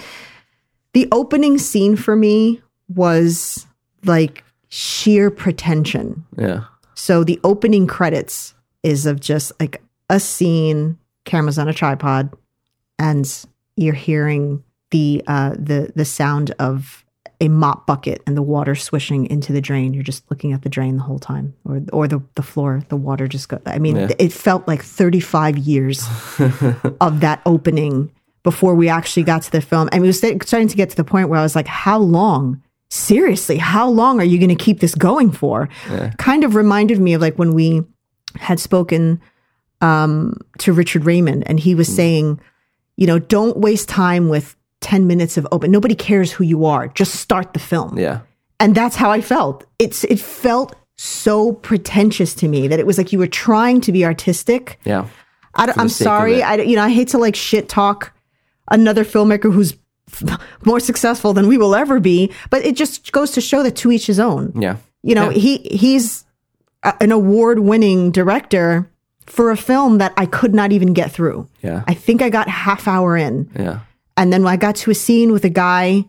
The opening scene for me was like sheer pretension. Yeah, So the opening credits is of just like a scene, cameras on a tripod, and you're hearing the uh, the the sound of a mop bucket and the water swishing into the drain. You're just looking at the drain the whole time, or or the the floor. The water just go. I mean, Yeah. it felt like 35 years of that opening before we actually got to the film. And we were sta- starting to get to the point where I was like, how long? Seriously, how long are you going to keep this going for? Kind of reminded me of like when we had spoken um, to Richard Raymond and he was saying, you know, don't waste time with 10 minutes of open. Nobody cares who you are. Just start the film yeah, and that's how I felt. It's it felt so pretentious to me that it was like you were trying to be artistic. yeah. I don't, the I'm sake of sorry. it. I don't- you know I hate to like shit talk another filmmaker who's more successful than we will ever be, but it just goes to show that to each his own. Yeah. You know, Yeah. he he's a, an award-winning director for a film that I could not even get through. Yeah. I think I got half hour in. Yeah. And then when I got to a scene with a guy,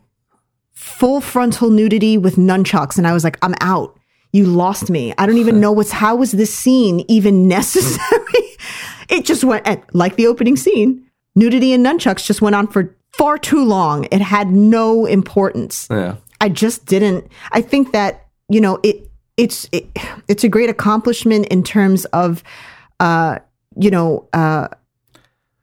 full frontal nudity with nunchucks, and I was like, I'm out. You lost me. I don't even know what's how was this scene even necessary? it just went and like the opening scene. Nudity and nunchucks just went on for far too long. It had no importance. Yeah. I just didn't. I think that you know it. It's it, it's a great accomplishment in terms of, uh, you know, uh,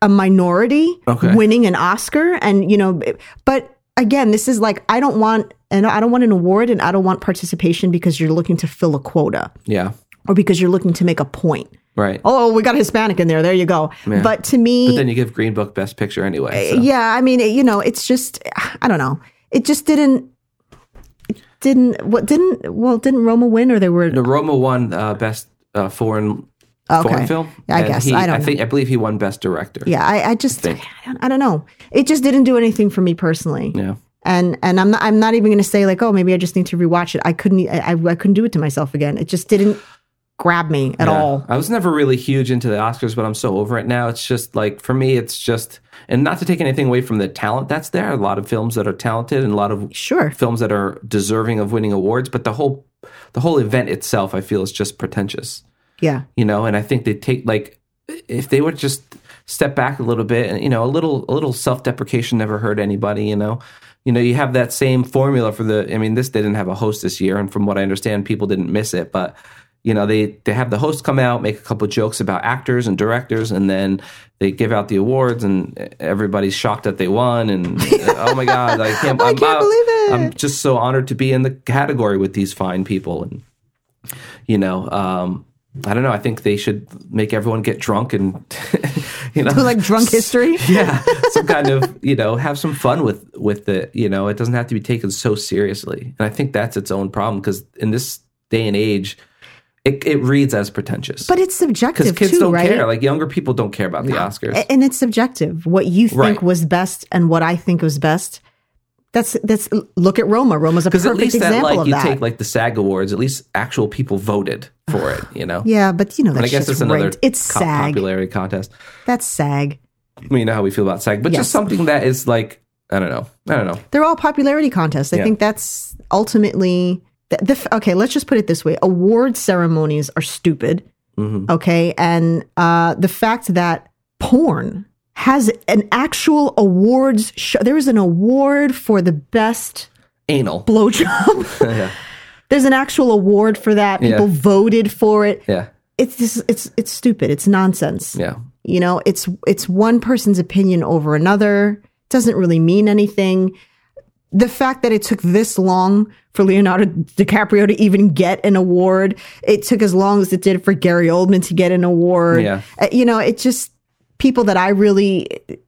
a minority Okay. winning an Oscar, and you know, it- but again, this is like I don't want and I don't want an award, and I don't want participation because you're looking to fill a quota Yeah. or because you're looking to make a point. Right. Oh, we got a Hispanic in there. There you go. But to me, Uh, But then you give Green Book Best Picture anyway. so. yeah, I mean, it, you know, it's just I don't know. it just didn't it didn't what didn't well didn't Roma win or they were The Roma won uh, best uh, foreign Okay. foreign film. I and guess. he, I don't think I believe he won best director. yeah I, I just I, think. don't, I don't know it just didn't do anything for me personally Yeah. and and I'm not I'm not even gonna say like oh maybe I just need to rewatch it I couldn't e, I, I couldn't do it to myself again it just didn't grab me at Yeah. all I was never really huge into the Oscars, but I'm so over it now. It's just like for me, it's just and not to take anything away from the talent that's there. A lot of films that are talented and a lot of sure films that are deserving of winning awards, but the whole the whole event itself, I feel, is just pretentious. yeah you know and i think they take like if they would just step back a little bit and you know a little a little self-deprecation never hurt anybody you know you know you have that same formula for the i mean this they didn't have a host this year and from what i understand people didn't miss it but you know they they have the host come out make a couple jokes about actors and directors and then they give out the awards and everybody's shocked that they won and oh my god i can't, I can't believe it. i'm just so honored to be in the category with these fine people and you know um I don't know. I think they should make everyone get drunk and, you know, like drunk history yeah, some kind of you know, have some fun with with it. You know, it doesn't have to be taken so seriously. And I think that's its own problem because in this day and age, it it reads as pretentious. but it's subjective because kids too don't right care, like younger people don't care about the Oscars. A- and it's subjective what you think Right. was best and what i think was best that's that's look at roma roma's a because perfect at least that, example like, of you that take like the SAG awards. At least actual people voted for it. You know, yeah but you know And that I guess shit's it's another rigged. it's co- sag popularity contest. that's sag I mean, you know how we feel about SAG, but Yes. just something that is like I don't know, I don't know. they're all popularity contests i Yeah. think that's ultimately the, the f- okay let's just put it this way award ceremonies are stupid hmm okay and uh, the fact that porn has an actual awards show there is an award for the best Anal. blowjob yeah. There's an actual award for that. Yeah. People voted for it. Yeah. It's this, it's it's stupid. It's nonsense. Yeah. You know, it's it's one person's opinion over another. It doesn't really mean anything. The fact that it took this long for Leonardo DiCaprio to even get an award, it took as long as it did for Gary Oldman to get an award. Yeah. Uh, you know, it just people that I really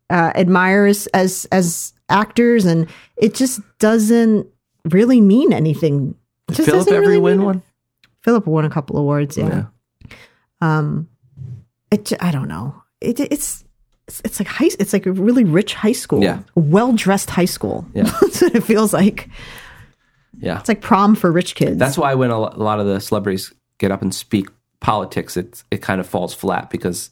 uh, admire as, as as actors, and it just doesn't really mean anything. It just Philip doesn't every really win mean- one? Philip won a couple awards. Yeah. Yeah. Um, it j- I don't know. It it's it's, it's like high. It's like a really rich high school. Yeah. Well dressed high school. Yeah. That's what it feels like. Yeah. It's like prom for rich kids. That's why when a lo- a lot of the celebrities get up and speak politics, it it kind of falls flat because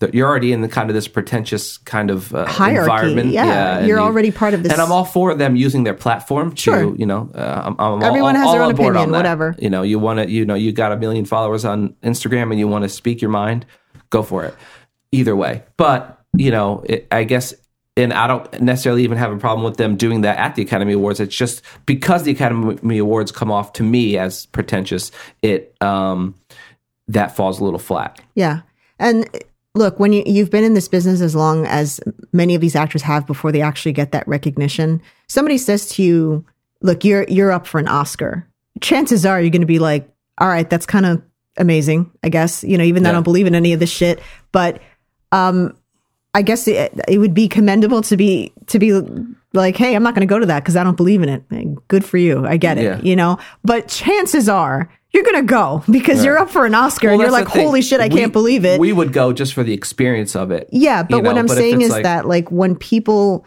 the- you're already in the kind of this pretentious kind of uh, Hierarchy, environment. yeah. and You're you- already part of this- And I'm all for them using their platform Sure. to, you know, uh, I'm, I'm all- Everyone all- has all their own on board on opinion, that. whatever. You know, you want to, you know, you got a million followers on Instagram and you want to speak your mind, go for it. Either way. But, you know, it, I guess, and I don't necessarily even have a problem with them doing that at the Academy Awards. It's just because the Academy Awards come off to me as pretentious, it, um, that falls a little flat. yeah. And eh, look, when you you've been in this business as long as many of these actors have before they actually get that recognition, somebody says to you, "Look, you're you're up for an Oscar." Chances are you're going to be like, "All right, that's kind of amazing, I guess." You know, even though I Yeah. don't believe in any of this shit, but um, I guess it, it would be commendable to be to be like, hey, I'm not going to go to that because I don't believe in it. Good for you, I get it, Yeah. you know. But chances are you're going to go because you're up for an Oscar. and Well, you're like, that's the thing. holy shit, I We- can't believe it. We would go just for the experience of it. yeah, you but what know, I'm but if saying it's is like- that like when people,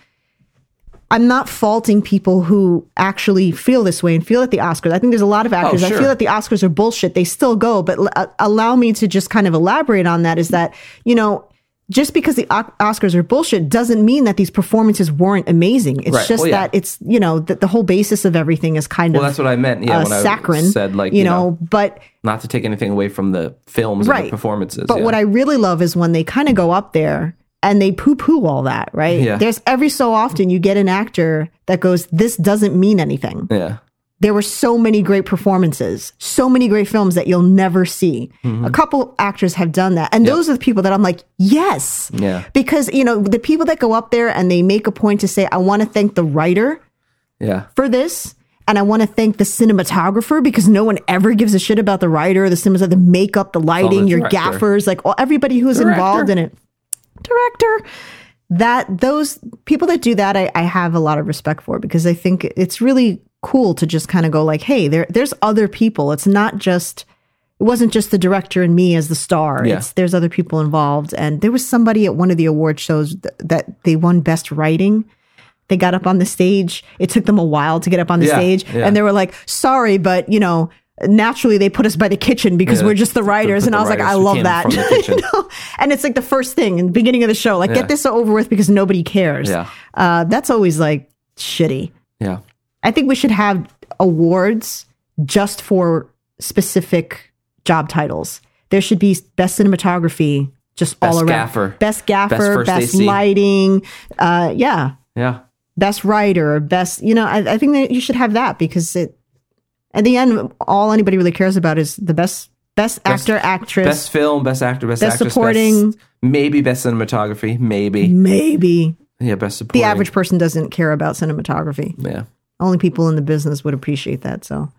I'm not faulting people who actually feel this way and feel at the Oscars. I think there's a lot of actors that Oh, sure. feel that the Oscars are bullshit. They still go, but l- uh, allow me to just kind of elaborate on that. Is that you know. Just because the O- Oscars are bullshit doesn't mean that these performances weren't amazing. It's Right. just Well, yeah. that it's you know that the whole basis of everything is kind Well, of that's what I meant. Yeah, uh, when I saccharine. said like you know, but not to take anything away from the films and Right. the performances. But yeah. what I really love is when they kind of go up there and they poo poo all that, right? Yeah. There's every so often you get an actor that goes, This doesn't mean anything. yeah, There were so many great performances, so many great films that you'll never see. Mm-hmm. A couple actors have done that. And those are the people that I'm like, Yes. yeah, Because, you know, the people that go up there and they make a point to say, I want to thank the writer yeah, for this. And I want to thank the cinematographer because no one ever gives a shit about the writer, the cinematographer, the makeup, the lighting, your director. gaffers, like all, everybody who's involved in it. Director. That those people that do that, I, I have a lot of respect for because I think it's really cool to just kind of go like, hey, there there's other people. It's not just it wasn't just the director and me as the star. Yeah. It's there's other people involved, and there was somebody at one of the award shows th- that they won best writing. They got up on the stage. It took them a while to get up on the Yeah, stage, yeah. and they were like, "Sorry, but you know." Naturally, they put us by the kitchen because Yeah, we're just the to- to writers, put and the I was like, writers "I who love came that." from the kitchen. You know? And it's like the first thing in the beginning of the show, like, Yeah. "Get this over with," because nobody cares. Yeah. Uh, that's always like shitty. Yeah. I think we should have awards just for specific job titles. There should be best cinematography, just all Best around. gaffer. Best Best gaffer, first best, AC. lighting. Uh, yeah, Yeah. best writer, best, you know, I, I think that you should have that because it, at the end, all anybody really cares about is the best, best, actor, actress, Best film, best actor, best, Best actress, supporting. best- maybe best cinematography, maybe maybe. yeah, best supporting. Mm-hmm. The average person doesn't care about cinematography. yeah. Only people in the business would appreciate that. So,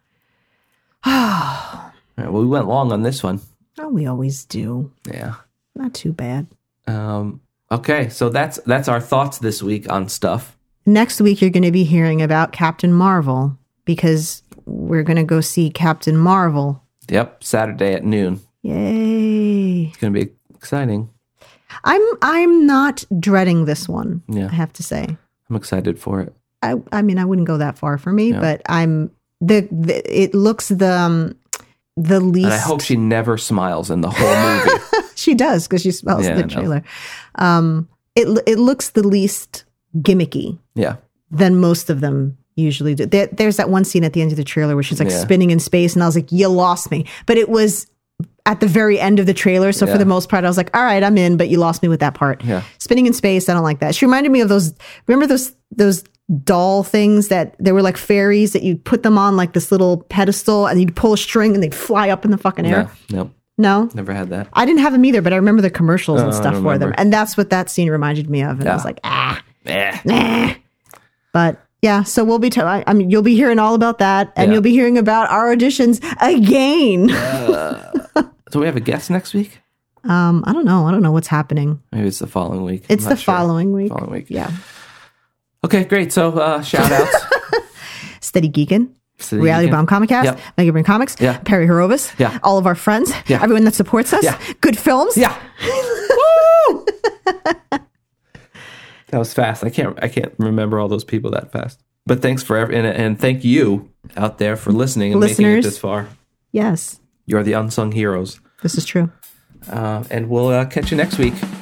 All right, well, we went long on this one. oh, we always do. Yeah. Not too bad. Um, okay, so that's that's our thoughts this week on stuff. Next week, you're going to be hearing about Captain Marvel because we're going to go see Captain Marvel. Yep, Saturday at noon. Yay! It's gonna be exciting. I'm I'm not dreading this one. Yeah. I have to say. I'm excited for it. I I mean, I wouldn't go that far for me, Yeah. but I'm the, the it looks the um, the least. And I hope she never smiles in the whole movie. she does because she smells Yeah, I the know. trailer. Um, it l- it looks the least gimmicky yeah. than most of them usually do. There, there's that one scene at the end of the trailer where she's like Yeah. spinning in space, and I was like, "You lost me," but it was at the very end of the trailer. So Yeah. for the most part, I was like, "All right, I'm in," but you lost me with that part. Yeah. Spinning in space, I don't like that. She reminded me of those. Remember those those doll things that they were like fairies that you put them on like this little pedestal and you'd pull a string and they'd fly up in the fucking air. No, nope. No. Never had that. I didn't have them either, but I remember the commercials and Oh, I stuff for them. remember. And that's what that scene reminded me of. And I was Yeah. like, ah, Eh. Nah. But yeah, so we'll be. T- I I mean, you'll be hearing all about that, and Yeah. you'll be hearing about our auditions again. So we have a guest next week? Um, I don't know. I don't know what's happening. Maybe it's the following week. I'm It's the not sure. following week. Following week. Yeah, Okay, great. So uh shout outs. Steady Geekin. Steady Reality Geekin. Bomb Comic Cast, Yep. Mega Brain Comics, Yeah. Perry Horovis, Yeah. all of our friends, Yeah. everyone that supports us, Yeah. good films. yeah. That was fast. I can't I can't remember all those people that fast. But thanks for ev- and, and thank you out there for listening and making it Listeners. this far. Yes, You're the unsung heroes. this is true. Uh, and we'll uh, catch you next week. We couldn't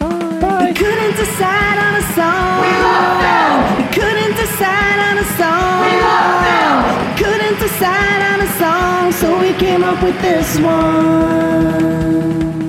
decide on a song. We love them. We couldn't decide on a song. We love them. We couldn't decide on a song, so we came up with this one.